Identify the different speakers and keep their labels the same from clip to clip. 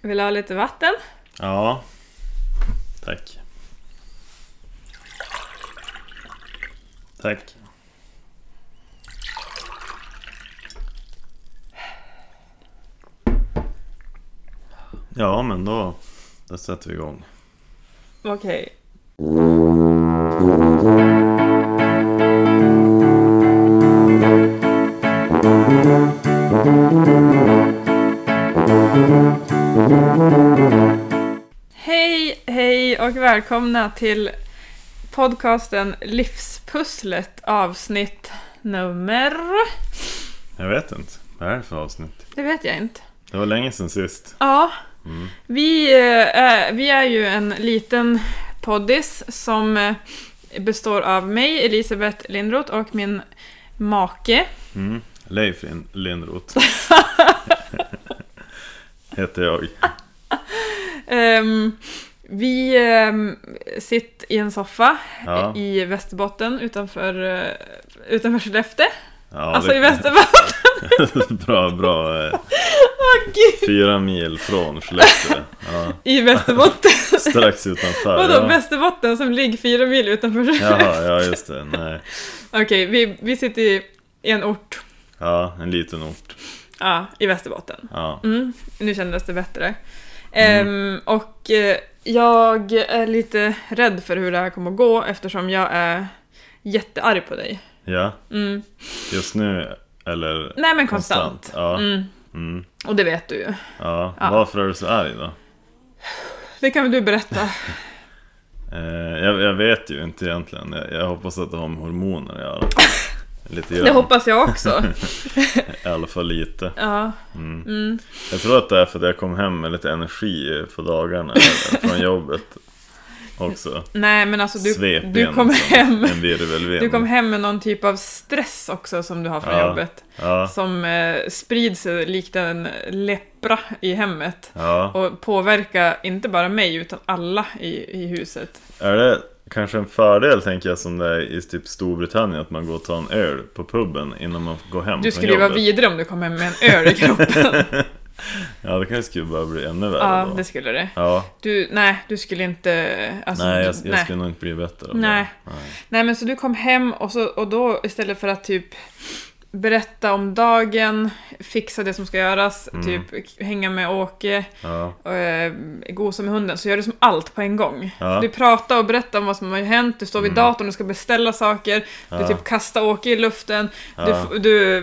Speaker 1: Vill du ha lite vatten?
Speaker 2: Ja. Tack. Tack. Ja, men då, då sätter vi igång.
Speaker 1: Okej. Hej, hej och välkomna till podcasten Livspusslet avsnitt nummer...
Speaker 2: Jag vet inte. Vad är det för avsnitt?
Speaker 1: Det vet jag inte.
Speaker 2: Det var länge sedan sist.
Speaker 1: Ja,
Speaker 2: Mm.
Speaker 1: Vi, eh, är- vi är ju en liten poddis som eh, består av mig, Elisabeth Lindroth och min make.
Speaker 2: Mm. Leif Lin- Lindroth. Heter jag.
Speaker 1: Ehm, vi ehm, sitter i en soffa
Speaker 2: Ja,
Speaker 1: i Västerbotten utanför, eh, utanför Skellefteå.
Speaker 2: ja,
Speaker 1: alltså i
Speaker 2: det-
Speaker 1: Västerbotten!
Speaker 2: bra, bra. eh,
Speaker 1: Åh, gud.
Speaker 2: Fyra mil från Skellefteå. Ja,
Speaker 1: I Västerbotten!
Speaker 2: strax utanför.
Speaker 1: Vadå
Speaker 2: ja.
Speaker 1: Västerbotten som ligger fyra mil utanför Skellefteå?
Speaker 2: Jaha, ja just det. Nej.
Speaker 1: Okej, vi, vi sitter i en ort
Speaker 2: Ja, en liten ort.
Speaker 1: ja, i Västerbotten.
Speaker 2: Ja.
Speaker 1: Mm, nu kändes det bättre.
Speaker 2: Mm.
Speaker 1: Ehm, och eh, jag är lite rädd för hur det här kommer att gå eftersom jag är jättearg på dig.
Speaker 2: ja,
Speaker 1: Mm.
Speaker 2: just nu eller
Speaker 1: Nej men konstant.
Speaker 2: konstant. Ja.
Speaker 1: Mm.
Speaker 2: Mm.
Speaker 1: Och det vet du ju.
Speaker 2: ja.
Speaker 1: Ja.
Speaker 2: Varför är du så arg då?
Speaker 1: Det kan väl du berätta?
Speaker 2: Eh, jag, jag vet ju inte egentligen. Jag, jag hoppas att det har med hormoner att göra. Lite grann.
Speaker 1: Det hoppas jag också.
Speaker 2: I alla fall lite.
Speaker 1: ja.
Speaker 2: Mm.
Speaker 1: Mm.
Speaker 2: Jag tror att det är för att jag kom hem med lite energi på dagarna eller från jobbet. Också.
Speaker 1: Nej men alltså du,
Speaker 2: Svep
Speaker 1: du
Speaker 2: in
Speaker 1: kom
Speaker 2: som
Speaker 1: hem.
Speaker 2: En virvelvind.
Speaker 1: Du kom hem med någon typ av stress också som du har från
Speaker 2: Ja.
Speaker 1: jobbet.
Speaker 2: Ja,
Speaker 1: Som eh, sprids likt en lepra i hemmet.
Speaker 2: ja.
Speaker 1: Och påverka inte bara mig utan alla i, i huset.
Speaker 2: Är det kanske en fördel tänker jag som det är i typ Storbritannien att man går och tar en öl på puben innan man går hem
Speaker 1: Du
Speaker 2: från
Speaker 1: skulle ju vara
Speaker 2: jobbet?
Speaker 1: vidare om du kom hem med en öl i kroppen.
Speaker 2: Ja, det kanske skulle bara bli ännu värre
Speaker 1: ja,
Speaker 2: då.
Speaker 1: det skulle det.
Speaker 2: Ja,
Speaker 1: Du, nej, du skulle inte... Alltså,
Speaker 2: nej
Speaker 1: du-
Speaker 2: jag, jag
Speaker 1: nej.
Speaker 2: skulle nog inte bli bättre av
Speaker 1: Nej.
Speaker 2: det. Nej.
Speaker 1: nej, men så du kom hem och, så, och då istället för att typ berätta om dagen, fixa det som ska göras,
Speaker 2: Mm.
Speaker 1: typ hänga med Åke,
Speaker 2: Ja,
Speaker 1: och, eh, gosa med hunden, så gör du som allt på en gång.
Speaker 2: Ja.
Speaker 1: Du pratar och berättar om vad som har hänt, du står vid
Speaker 2: Mm.
Speaker 1: datorn och ska beställa saker, du
Speaker 2: Ja.
Speaker 1: typ kastar Åke i luften,
Speaker 2: ja,
Speaker 1: du, f- du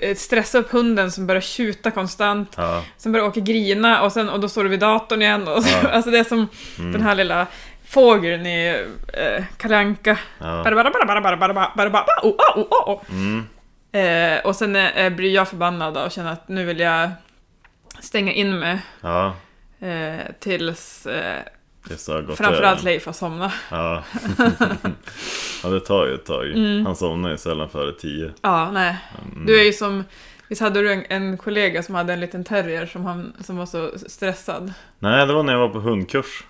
Speaker 1: eh, stressar upp hunden som börjar tjuta konstant.
Speaker 2: ja,
Speaker 1: Sen börjar Åke grina och, sen, och då står du vid datorn igen. Och så,
Speaker 2: Ja.
Speaker 1: Alltså det är som
Speaker 2: Mm.
Speaker 1: den här lilla fågeln i eh, Kalle Anka.
Speaker 2: ja.
Speaker 1: Bara, bara, bara, bara, bara, bara, bara, bara, bara, oh, oh, oh, oh.
Speaker 2: Mm.
Speaker 1: Eh, och sen eh, blir jag förbannad och känner att nu vill jag stänga in mig
Speaker 2: ja.
Speaker 1: eh, tills eh,
Speaker 2: Det så har gått
Speaker 1: framförallt
Speaker 2: över.
Speaker 1: Leif har somnat.
Speaker 2: Ja. ja, det tar ju ett tag.
Speaker 1: Mm.
Speaker 2: Han somnar ju sällan före tio.
Speaker 1: Ja, nej.
Speaker 2: Mm.
Speaker 1: Du är ju som... Visst hade du en, en kollega som hade en liten terrier som, han, som var så stressad?
Speaker 2: Nej, det var när jag var på hundkurs.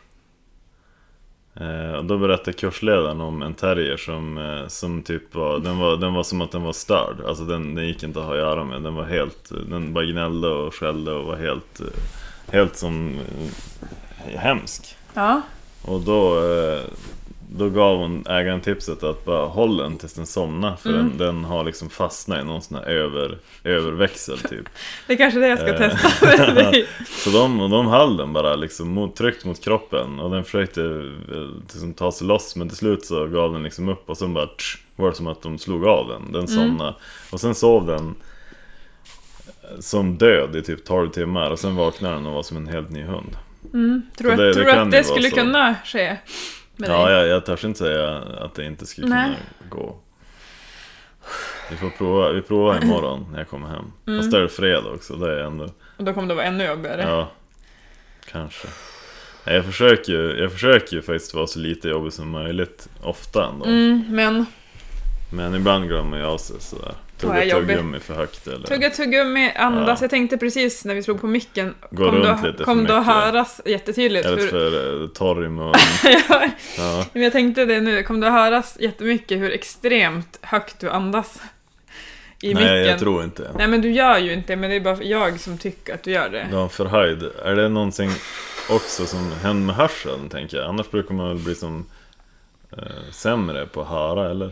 Speaker 2: Eh, och då berättade kursledaren om en terrier som, eh, som typ var den, var... den var som att den var störd. Alltså den, den gick inte att ha att göra med. Den var helt... Den bara gnällde och skällde och var helt... eh, Helt som... Eh, hemsk.
Speaker 1: Ja.
Speaker 2: Och då... Eh, då gav hon ägaren tipset att bara håll den tills den somnar för den, den har liksom fastnat i någon sån här över, överväxel typ.
Speaker 1: Det är kanske det jag ska
Speaker 2: Eh.
Speaker 1: testa med dig.
Speaker 2: Så de, och de höll den bara liksom mot, tryckt mot kroppen och den försökte eh, liksom, ta sig loss men till slut så gav den liksom upp och sen bara tsch, var det som att de slog av den.
Speaker 1: Mm.
Speaker 2: Den somnade. Och sen sov den eh, som död i typ 12 timmar och sen vaknade den och var som en helt ny hund.
Speaker 1: Mm, Tror du
Speaker 2: Det-
Speaker 1: att-
Speaker 2: det
Speaker 1: tror du
Speaker 2: kan
Speaker 1: att
Speaker 2: ju
Speaker 1: det
Speaker 2: vara
Speaker 1: skulle
Speaker 2: så.
Speaker 1: kunna ske med
Speaker 2: Ja,
Speaker 1: dig?
Speaker 2: jag, jag törs inte säga att det inte skulle kunna
Speaker 1: Nej.
Speaker 2: gå. Vi får prova, vi provar imorgon när jag kommer hem.
Speaker 1: Mm.
Speaker 2: Fast då är det fredag också, det är ändå...
Speaker 1: Och då kommer det vara ännu jobbigare.
Speaker 2: Ja, kanske. Nej, Jag försöker, ju- jag försöker ju faktiskt vara så lite jobbig som möjligt ofta ändå.
Speaker 1: Mm, men
Speaker 2: Men ibland glömmer jag av sig sådär.
Speaker 1: Vad är
Speaker 2: Tugga
Speaker 1: jobbigt?
Speaker 2: tuggummi för högt eller...
Speaker 1: tugga tuggummi, andas.
Speaker 2: Ja.
Speaker 1: Jag tänkte precis när vi slog på micken,
Speaker 2: Gå
Speaker 1: kom,
Speaker 2: runt
Speaker 1: du,
Speaker 2: lite för
Speaker 1: kom du att
Speaker 2: mycket.
Speaker 1: höras jättetydligt?
Speaker 2: eller
Speaker 1: Hur,
Speaker 2: för eh, torr i munnen. Ja,
Speaker 1: men jag tänkte det nu, kom du att höras jättemycket hur extremt högt du andas? i
Speaker 2: Nej,
Speaker 1: micken.
Speaker 2: jag tror inte.
Speaker 1: Nej men du gör ju inte men det är bara jag som tycker att du gör det.
Speaker 2: Du har en förhöjd. Är det någonting också som händer med hörseln, tänker jag? Annars brukar man väl bli som eh, sämre på att höra, eller?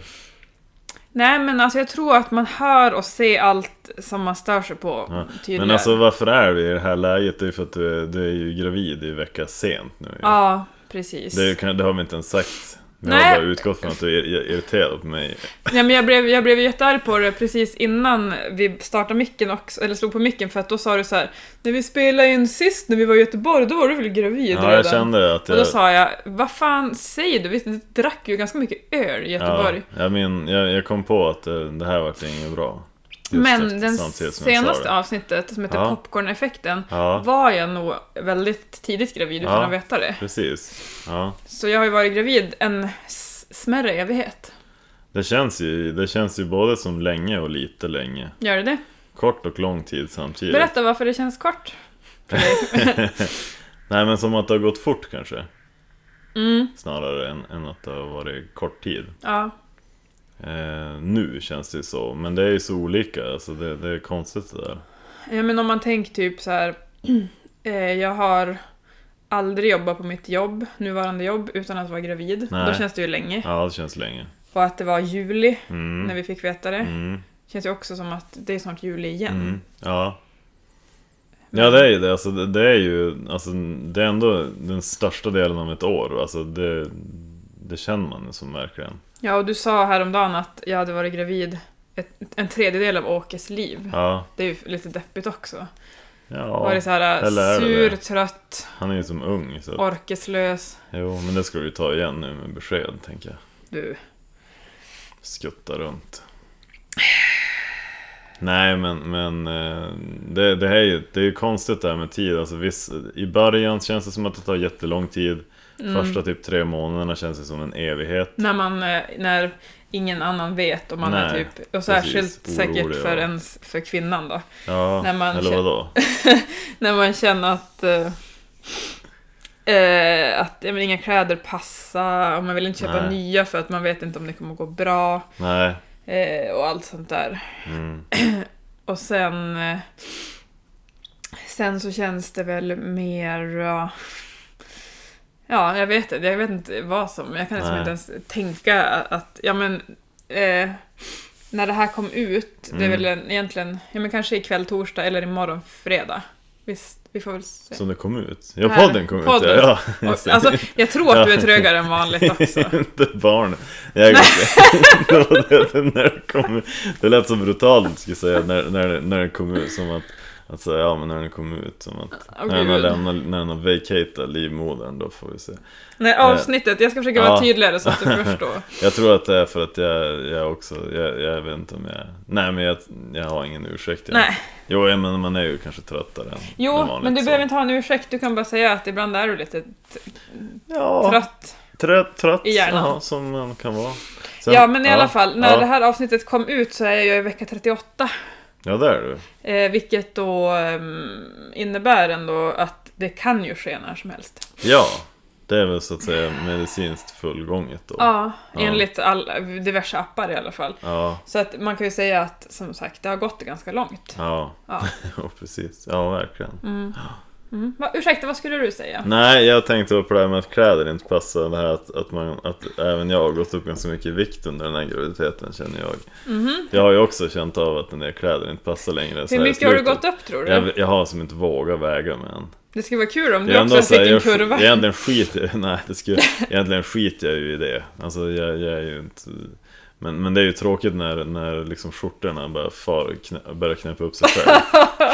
Speaker 1: Nej men alltså jag tror att man hör och ser allt som man stör sig på
Speaker 2: Ja,
Speaker 1: tydligare.
Speaker 2: Men alltså varför är du i det här läget? Det är ju för att du är, du är ju gravid i vecka sent nu. ju.
Speaker 1: Ja, precis.
Speaker 2: Det, är ju kan- det har vi inte ens sagt. Vi
Speaker 1: Nej.
Speaker 2: har bara utgått från att du är ir- irriterad på mig.
Speaker 1: Nej men jag blev, jag blev jättearg på det precis innan vi startade micken också, eller slog på micken för att då sa du så här När vi spelade in sist när vi var i Göteborg då var du väl gravid
Speaker 2: Ja,
Speaker 1: redan?
Speaker 2: jag kände att eh,
Speaker 1: Och
Speaker 2: jag...
Speaker 1: då sa jag, vad fan säger du? Vi drack ju ganska mycket öl i Göteborg.
Speaker 2: Ja, jag, men, jag, jag kom på att eh, det här vart inget bra. Just efter-
Speaker 1: Men den
Speaker 2: samtidigt som jag sa
Speaker 1: senaste
Speaker 2: det.
Speaker 1: avsnittet som heter
Speaker 2: Ja.
Speaker 1: Popcorn-effekten
Speaker 2: Ja.
Speaker 1: var jag nog väldigt tidigt gravid utan
Speaker 2: Ja.
Speaker 1: att veta det.
Speaker 2: Precis. Ja.
Speaker 1: Så jag har ju varit gravid en s- smärre evighet.
Speaker 2: Det känns, ju, det känns ju både som länge och lite länge.
Speaker 1: Gör det det?
Speaker 2: Kort och lång tid samtidigt.
Speaker 1: Berätta varför det känns kort.
Speaker 2: Nej men som att det har gått fort kanske.
Speaker 1: Mm,
Speaker 2: Snarare än, än att det har varit kort tid.
Speaker 1: ja.
Speaker 2: Eh, nu känns det ju så. Men det är ju så olika. Alltså det, det är konstigt det där.
Speaker 1: ja, men om man tänker typ så här. eh, jag har aldrig jobbat på mitt jobb, nuvarande jobb, utan att vara gravid.
Speaker 2: Nej.
Speaker 1: Då känns det ju länge.
Speaker 2: Ja, det känns länge.
Speaker 1: Och att det var juli
Speaker 2: Mm.
Speaker 1: när vi fick veta det.
Speaker 2: Mm.
Speaker 1: Känns ju också som att det är snart juli igen.
Speaker 2: Mm. Ja. Ja det är ju det, alltså, det, det är ju alltså, det är ändå den största delen av ett år, alltså, det, det känner man som verkligen.
Speaker 1: Ja, och du sa häromdagen att jag hade varit gravid ett, en tredjedel av Åkes liv.
Speaker 2: Ja,
Speaker 1: Det är ju lite deppigt också. Var
Speaker 2: ja
Speaker 1: det så här
Speaker 2: eller är
Speaker 1: äh,
Speaker 2: det
Speaker 1: sur,
Speaker 2: det?
Speaker 1: trött,
Speaker 2: han är ju som ung så
Speaker 1: orkeslös.
Speaker 2: jo, men det ska du ju ta igen nu med besked tänker jag.
Speaker 1: Du.
Speaker 2: Skutta runt. Nej men, men eh, det, det, här är ju, det är ju konstigt det här med tid, alltså, viss, i början känns det som att det tar jättelång tid, första typ tre månaderna känns det som en evighet.
Speaker 1: mm. När man, eh, när ingen annan vet och man är
Speaker 2: Nej,
Speaker 1: typ, och särskilt
Speaker 2: precis. Orolig,
Speaker 1: säkert för
Speaker 2: ja.
Speaker 1: ens, för kvinnan då.
Speaker 2: Ja,
Speaker 1: När man
Speaker 2: eller
Speaker 1: kän-
Speaker 2: vadå?
Speaker 1: När man känner att eh, Eh, att ja, men inga kläder passar och man vill inte köpa
Speaker 2: Nej.
Speaker 1: nya för att man vet inte om det kommer gå bra
Speaker 2: Nej.
Speaker 1: eh, och allt sånt där.
Speaker 2: Mm.
Speaker 1: Och sen... eh, Sen så känns det väl mer... eh, Ja, jag vet inte. Jag vet inte vad som... Jag kan liksom
Speaker 2: Nej.
Speaker 1: inte ens tänka att... Ja, men... Eh, när det här kom ut, det är
Speaker 2: Mm.
Speaker 1: väl en- egentligen... Ja, men kanske ikväll torsdag eller imorgon fredag. Visst, vi får väl se.
Speaker 2: Som det kom ut. Ja,
Speaker 1: Här,
Speaker 2: podden kom
Speaker 1: podden.
Speaker 2: ut. Ja,
Speaker 1: Och-
Speaker 2: just det.
Speaker 1: alltså, jag tror att du är
Speaker 2: Ja.
Speaker 1: trögare än vanligt också.
Speaker 2: Inte barn. Jag går det var det, det, när det, kom, ut. det lät så brutalt, skulle jag säga, när, när, det- när den kom ut. Som att, att säga, ja men när den kom ut. Som att,
Speaker 1: Åh,
Speaker 2: när, den har
Speaker 1: gud.
Speaker 2: lämnat, när den har vacatat livmodern, då får vi se.
Speaker 1: Nej, avsnittet. Jag ska försöka vara
Speaker 2: Eh. Ja.
Speaker 1: tydligare så att du förstår.
Speaker 2: Jag tror att det är för att jag, jag också, jag, jag vet inte om jag... Nej men jag, jag har ingen ursäkt. Jag.
Speaker 1: Nej.
Speaker 2: Jo, ja, men man är ju kanske tröttare än än
Speaker 1: Jo,
Speaker 2: vanligt,
Speaker 1: men du
Speaker 2: så.
Speaker 1: behöver inte ha en ursäkt. Du kan bara säga att ibland är du lite
Speaker 2: ja.
Speaker 1: trött.
Speaker 2: Trött, trött,
Speaker 1: I hjärnan.
Speaker 2: Ja, som man kan vara. Sen-
Speaker 1: ja, men i alla fall, när
Speaker 2: ja,
Speaker 1: det här avsnittet kom ut så är jag i vecka 38.
Speaker 2: Ja, där är du.
Speaker 1: Eh, vilket då ehm, innebär ändå att det kan ju ske när som helst.
Speaker 2: Ja, det är väl så att säga medicinskt fullgånget då.
Speaker 1: Ja,
Speaker 2: Ja.
Speaker 1: enligt alla, diverse appar i alla fall.
Speaker 2: Ja,
Speaker 1: Så att man kan ju säga att, som sagt, det har gått ganska långt.
Speaker 2: ja,
Speaker 1: Ja.
Speaker 2: ja, precis. Ja, verkligen.
Speaker 1: Mm. Va, ursäkta, vad skulle du säga?
Speaker 2: Nej, jag tänkte på det här med att kläder inte passar. Det här att, att, man, att även jag har gått upp ganska mycket i vikt under den här graviditeten känner jag. Jag har ju också känt av att en del kläder inte passar längre. så
Speaker 1: Mm-hmm. Hur
Speaker 2: här i
Speaker 1: mycket har du
Speaker 2: slutet.
Speaker 1: gått upp tror du?
Speaker 2: Jag, jag har som inte vågat väga mig än.
Speaker 1: Det skulle vara kul om
Speaker 2: Det är
Speaker 1: du också
Speaker 2: ändå så
Speaker 1: fick
Speaker 2: här,
Speaker 1: en
Speaker 2: jag,
Speaker 1: kurva.
Speaker 2: egentligen skiter nej, det skulle, egentligen skiter jag ju i det. Alltså jag, jag är ju inte... Men, men det är ju tråkigt när, när liksom skjortorna bara far, knä, börjar knäppa upp sig själv.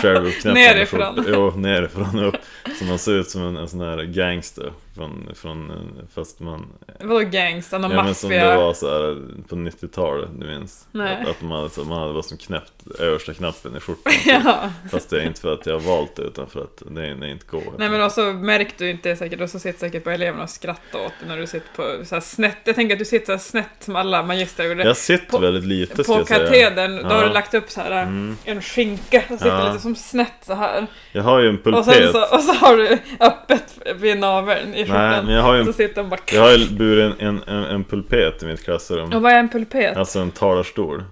Speaker 2: själv uppknäppt
Speaker 1: Nerifrån.
Speaker 2: Jo, nerifrån upp. Så man ser ut som en, en sån här gangster. Från, från, eh, fast man...
Speaker 1: Vadå gangstan och
Speaker 2: Ja men som det
Speaker 1: maffia?
Speaker 2: var så här på 90-talet, du minns?
Speaker 1: Nej.
Speaker 2: Att, att man, hade, så- man hade bara som knäppt översta knappen i skjortan.
Speaker 1: Ja.
Speaker 2: Fast det är inte för att jag har valt det utan för att det, det inte går.
Speaker 1: Nej men också märkte du inte säkert, och så sitter säkert på eleverna och skrattar åt det när du sitter på så här snett. Jag tänker att du sitter så här snett som alla magister gjorde.
Speaker 2: Jag sitter
Speaker 1: På-
Speaker 2: väldigt lite ska
Speaker 1: på
Speaker 2: jag säga.
Speaker 1: katedern, då har
Speaker 2: Ja. Mm.
Speaker 1: du lagt upp så här en skinka och sitter
Speaker 2: Ja.
Speaker 1: lite som snett så här.
Speaker 2: Jag har ju en
Speaker 1: Och
Speaker 2: pulpet.
Speaker 1: sen så, och så har du öppet vid naveln i
Speaker 2: Nej,
Speaker 1: skjortan.
Speaker 2: men jag har ju
Speaker 1: Så
Speaker 2: en,
Speaker 1: sitter de bara
Speaker 2: jag har ju burit en, en, en, en pulpet i mitt klassrum.
Speaker 1: Och vad är en pulpet?
Speaker 2: Alltså en talarstol.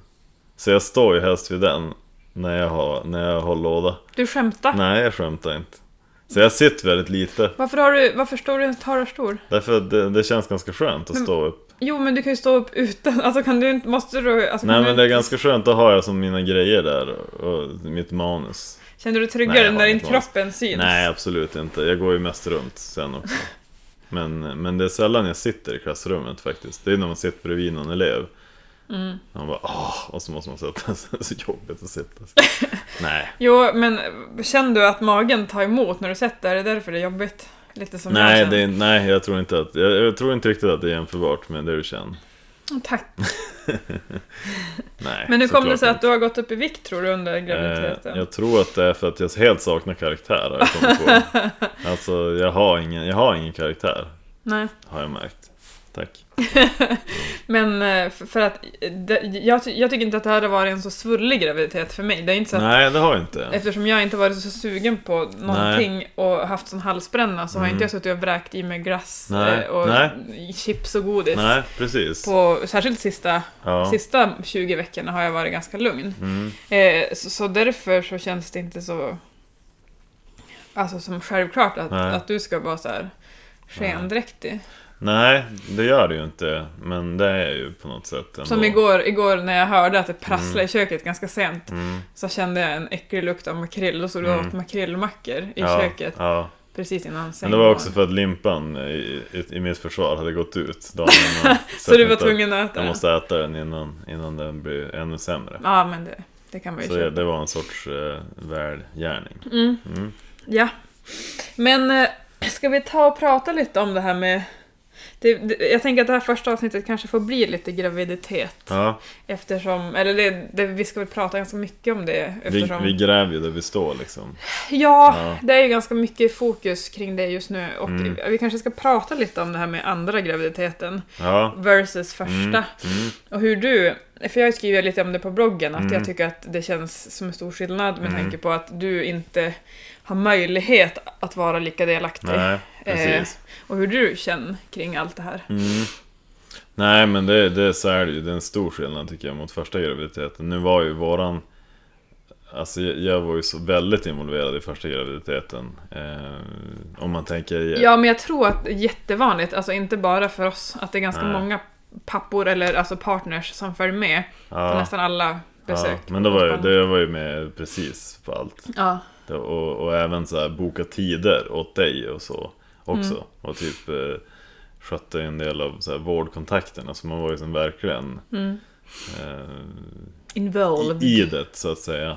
Speaker 2: Så jag står ju helst vid den när jag har, när jag har låda.
Speaker 1: Du skämtar?
Speaker 2: Nej, jag skämtar inte. Så jag sitter väldigt lite.
Speaker 1: Varför, har du, varför står du i en talarstol?
Speaker 2: Därför att det, det känns ganska skönt att stå upp.
Speaker 1: Jo, men du kan ju stå upp utan... Alltså kan du inte... Måste du... Alltså,
Speaker 2: Nej
Speaker 1: kan
Speaker 2: men
Speaker 1: du,
Speaker 2: det är ganska skönt, då har jag som mina grejer där och mitt manus.
Speaker 1: Känner du dig
Speaker 2: Nej,
Speaker 1: tryggare
Speaker 2: jag har
Speaker 1: när
Speaker 2: inget
Speaker 1: inte kroppen syns?
Speaker 2: Nej absolut inte, jag går ju mest runt sen också. Men, men det är sällan jag sitter i klassrummet faktiskt. Det är när man sitter bredvid någon elev.
Speaker 1: Mm.
Speaker 2: Man bara åh, och så måste man sätta sig. Så jobbigt att sitta. sig. Nej,
Speaker 1: Jo, men känner du att magen tar emot när du sätter dig? Är det därför det är jobbigt? Lite som jag
Speaker 2: nej,
Speaker 1: känner.
Speaker 2: det är, nej jag, tror inte att, jag, jag tror inte riktigt att det är jämförbart med det du känner.
Speaker 1: Mm, Tack.
Speaker 2: Nej,
Speaker 1: Men hur kom det
Speaker 2: såklart
Speaker 1: sig
Speaker 2: inte.
Speaker 1: att du har gått upp i vikt tror du under graviditeten?
Speaker 2: Eh, jag tror att det är för att jag helt saknar karaktär har jag kommit på. alltså jag har, ingen, jag har ingen karaktär,
Speaker 1: Nej.
Speaker 2: har jag märkt. Tack.
Speaker 1: Men eh, för, för att eh, det, jag, ty- jag tycker inte att det här har varit en så svullig graviditet för mig. Det är inte så att,
Speaker 2: Nej, det har jag inte.
Speaker 1: eftersom jag inte varit så sugen på någonting och haft sån halsbränna så har
Speaker 2: Mm.
Speaker 1: inte jag suttit och vräkt i mig glass
Speaker 2: Nej,
Speaker 1: eh, och chips och godis.
Speaker 2: Nej, precis.
Speaker 1: På, särskilt sista,
Speaker 2: Ja.
Speaker 1: sista 20 veckorna har jag varit ganska lugn.
Speaker 2: Mm.
Speaker 1: Eh, så, så därför så känns det inte så alltså som självklart att,
Speaker 2: Nej.
Speaker 1: att du ska vara så här skendräktig.
Speaker 2: Nej, det gör det ju inte. Men det är ju på något sätt ändå.
Speaker 1: Som igår, igår när jag hörde att det prasslade i köket ganska sent
Speaker 2: Mm.
Speaker 1: så kände jag en äcklig lukt av makrill. Då stod det
Speaker 2: Mm.
Speaker 1: åt makrillmackor i
Speaker 2: ja,
Speaker 1: köket
Speaker 2: Ja.
Speaker 1: precis innan
Speaker 2: Men
Speaker 1: sängen.
Speaker 2: det var också för att limpan i, i, i mitt försvar hade gått ut dagen innan.
Speaker 1: så du
Speaker 2: jag
Speaker 1: var
Speaker 2: tänkte att
Speaker 1: tvungen att äta
Speaker 2: Jag
Speaker 1: den?
Speaker 2: måste äta den innan, innan den blir ännu sämre.
Speaker 1: Ja, men det, det kan man ju
Speaker 2: Så det,
Speaker 1: köpa.
Speaker 2: det var en sorts eh, välgärning.
Speaker 1: Mm,
Speaker 2: Mm.
Speaker 1: ja. Men eh, ska vi ta och prata lite om det här med... Det, det, jag tänker att det här första avsnittet kanske får bli lite graviditet.
Speaker 2: Ja,
Speaker 1: Eftersom, eller det, det, vi ska väl prata ganska mycket om det
Speaker 2: vi,
Speaker 1: eftersom...
Speaker 2: vi gräver ju där vi står liksom.
Speaker 1: Ja,
Speaker 2: Ja.
Speaker 1: det är ju ganska mycket fokus kring det just nu och
Speaker 2: Mm.
Speaker 1: vi kanske ska prata lite om det här med andra graviditeten
Speaker 2: Ja.
Speaker 1: versus första.
Speaker 2: Mm. Mm.
Speaker 1: Och hur du, för jag skriver lite om det på bloggen, att
Speaker 2: Mm.
Speaker 1: jag tycker att det känns som en stor skillnad med
Speaker 2: Mm.
Speaker 1: tanke på att du inte har möjlighet att vara lika delaktig.
Speaker 2: Nej,
Speaker 1: Eh,
Speaker 2: precis.
Speaker 1: och hur du känner kring allt det här.
Speaker 2: Mm. Nej men det, det är så är det ju. Det är en stor skillnad tycker jag mot första graviditeten. Nu var ju våran... Alltså jag, jag var ju så väldigt involverad i första graviditeten. Eh, om man tänker...
Speaker 1: Ja, men jag tror att det är jättevanligt, alltså inte bara för oss, att det är ganska
Speaker 2: Nej.
Speaker 1: många pappor eller alltså partners som följer med på
Speaker 2: ja,
Speaker 1: nästan alla
Speaker 2: ja,
Speaker 1: besök.
Speaker 2: men då var jag,
Speaker 1: Spanien.
Speaker 2: det jag var ju med precis på allt.
Speaker 1: Ja.
Speaker 2: Det- Och, och även så här boka tider åt dig och så också.
Speaker 1: Mm.
Speaker 2: Och typ eh, skötte en del av så här vårdkontakterna. Så man var ju som verkligen...
Speaker 1: Mm.
Speaker 2: Eh,
Speaker 1: Involved.
Speaker 2: i, i det så att säga.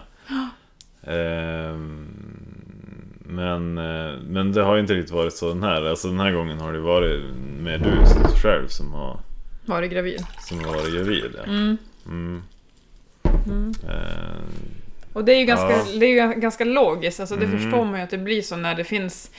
Speaker 2: Ehm, men, eh, men det har ju inte riktigt varit så den här. Alltså den här gången har det varit mer du själv som har,
Speaker 1: Var du gravid?
Speaker 2: som har varit gravid. Ja.
Speaker 1: Mm.
Speaker 2: Mm.
Speaker 1: Mm.
Speaker 2: Ehm,
Speaker 1: Och det är ju ganska,
Speaker 2: Ja.
Speaker 1: det är ju ganska logiskt, alltså det
Speaker 2: Mm.
Speaker 1: förstår man ju att det blir så när det finns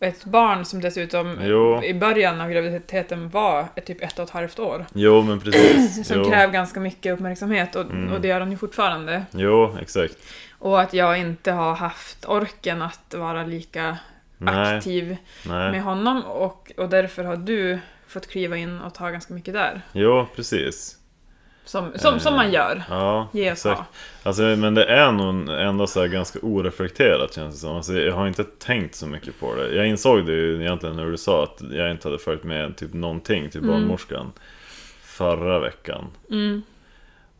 Speaker 1: ett barn som dessutom
Speaker 2: Jo.
Speaker 1: i början av graviditeten var ett typ ett och ett halvt år.
Speaker 2: jo men precis.
Speaker 1: Som
Speaker 2: jo,
Speaker 1: kräver ganska mycket uppmärksamhet och,
Speaker 2: Mm.
Speaker 1: och det gör den ju fortfarande.
Speaker 2: jo exakt.
Speaker 1: Och att jag inte har haft orken att vara lika
Speaker 2: Nej,
Speaker 1: aktiv
Speaker 2: nej.
Speaker 1: med honom och, och därför har du fått kliva in och ta ganska mycket där.
Speaker 2: Jo precis.
Speaker 1: Som, som,
Speaker 2: Eh.
Speaker 1: som man gör.
Speaker 2: Ja,
Speaker 1: Ge och
Speaker 2: exakt.
Speaker 1: ta.
Speaker 2: Alltså, men det är nog ändå så här ganska oreflekterat känns det som. Alltså, jag har inte tänkt så mycket på det. Jag insåg det ju egentligen när du sa att jag inte hade följt med typ någonting till barnmorskan förra veckan.
Speaker 1: Mm.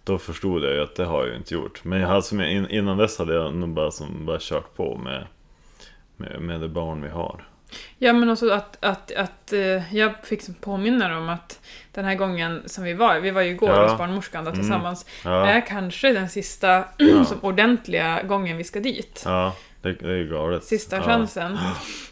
Speaker 2: Då förstod jag ju att det har jag ju inte gjort. Men jag hade, som jag, in- innan dess hade jag nog bara, som, bara kört på med, med, med det barn vi har.
Speaker 1: Ja men också att, att, att eh, jag fick som påminna om att den här gången som vi var, vi var ju igår
Speaker 2: Ja.
Speaker 1: hos barnmorskan då,
Speaker 2: Mm.
Speaker 1: tillsammans,
Speaker 2: Ja,
Speaker 1: är kanske den sista
Speaker 2: Ja.
Speaker 1: som ordentliga gången vi ska dit.
Speaker 2: ja det, det är ju galet.
Speaker 1: Sista
Speaker 2: ja.
Speaker 1: chansen.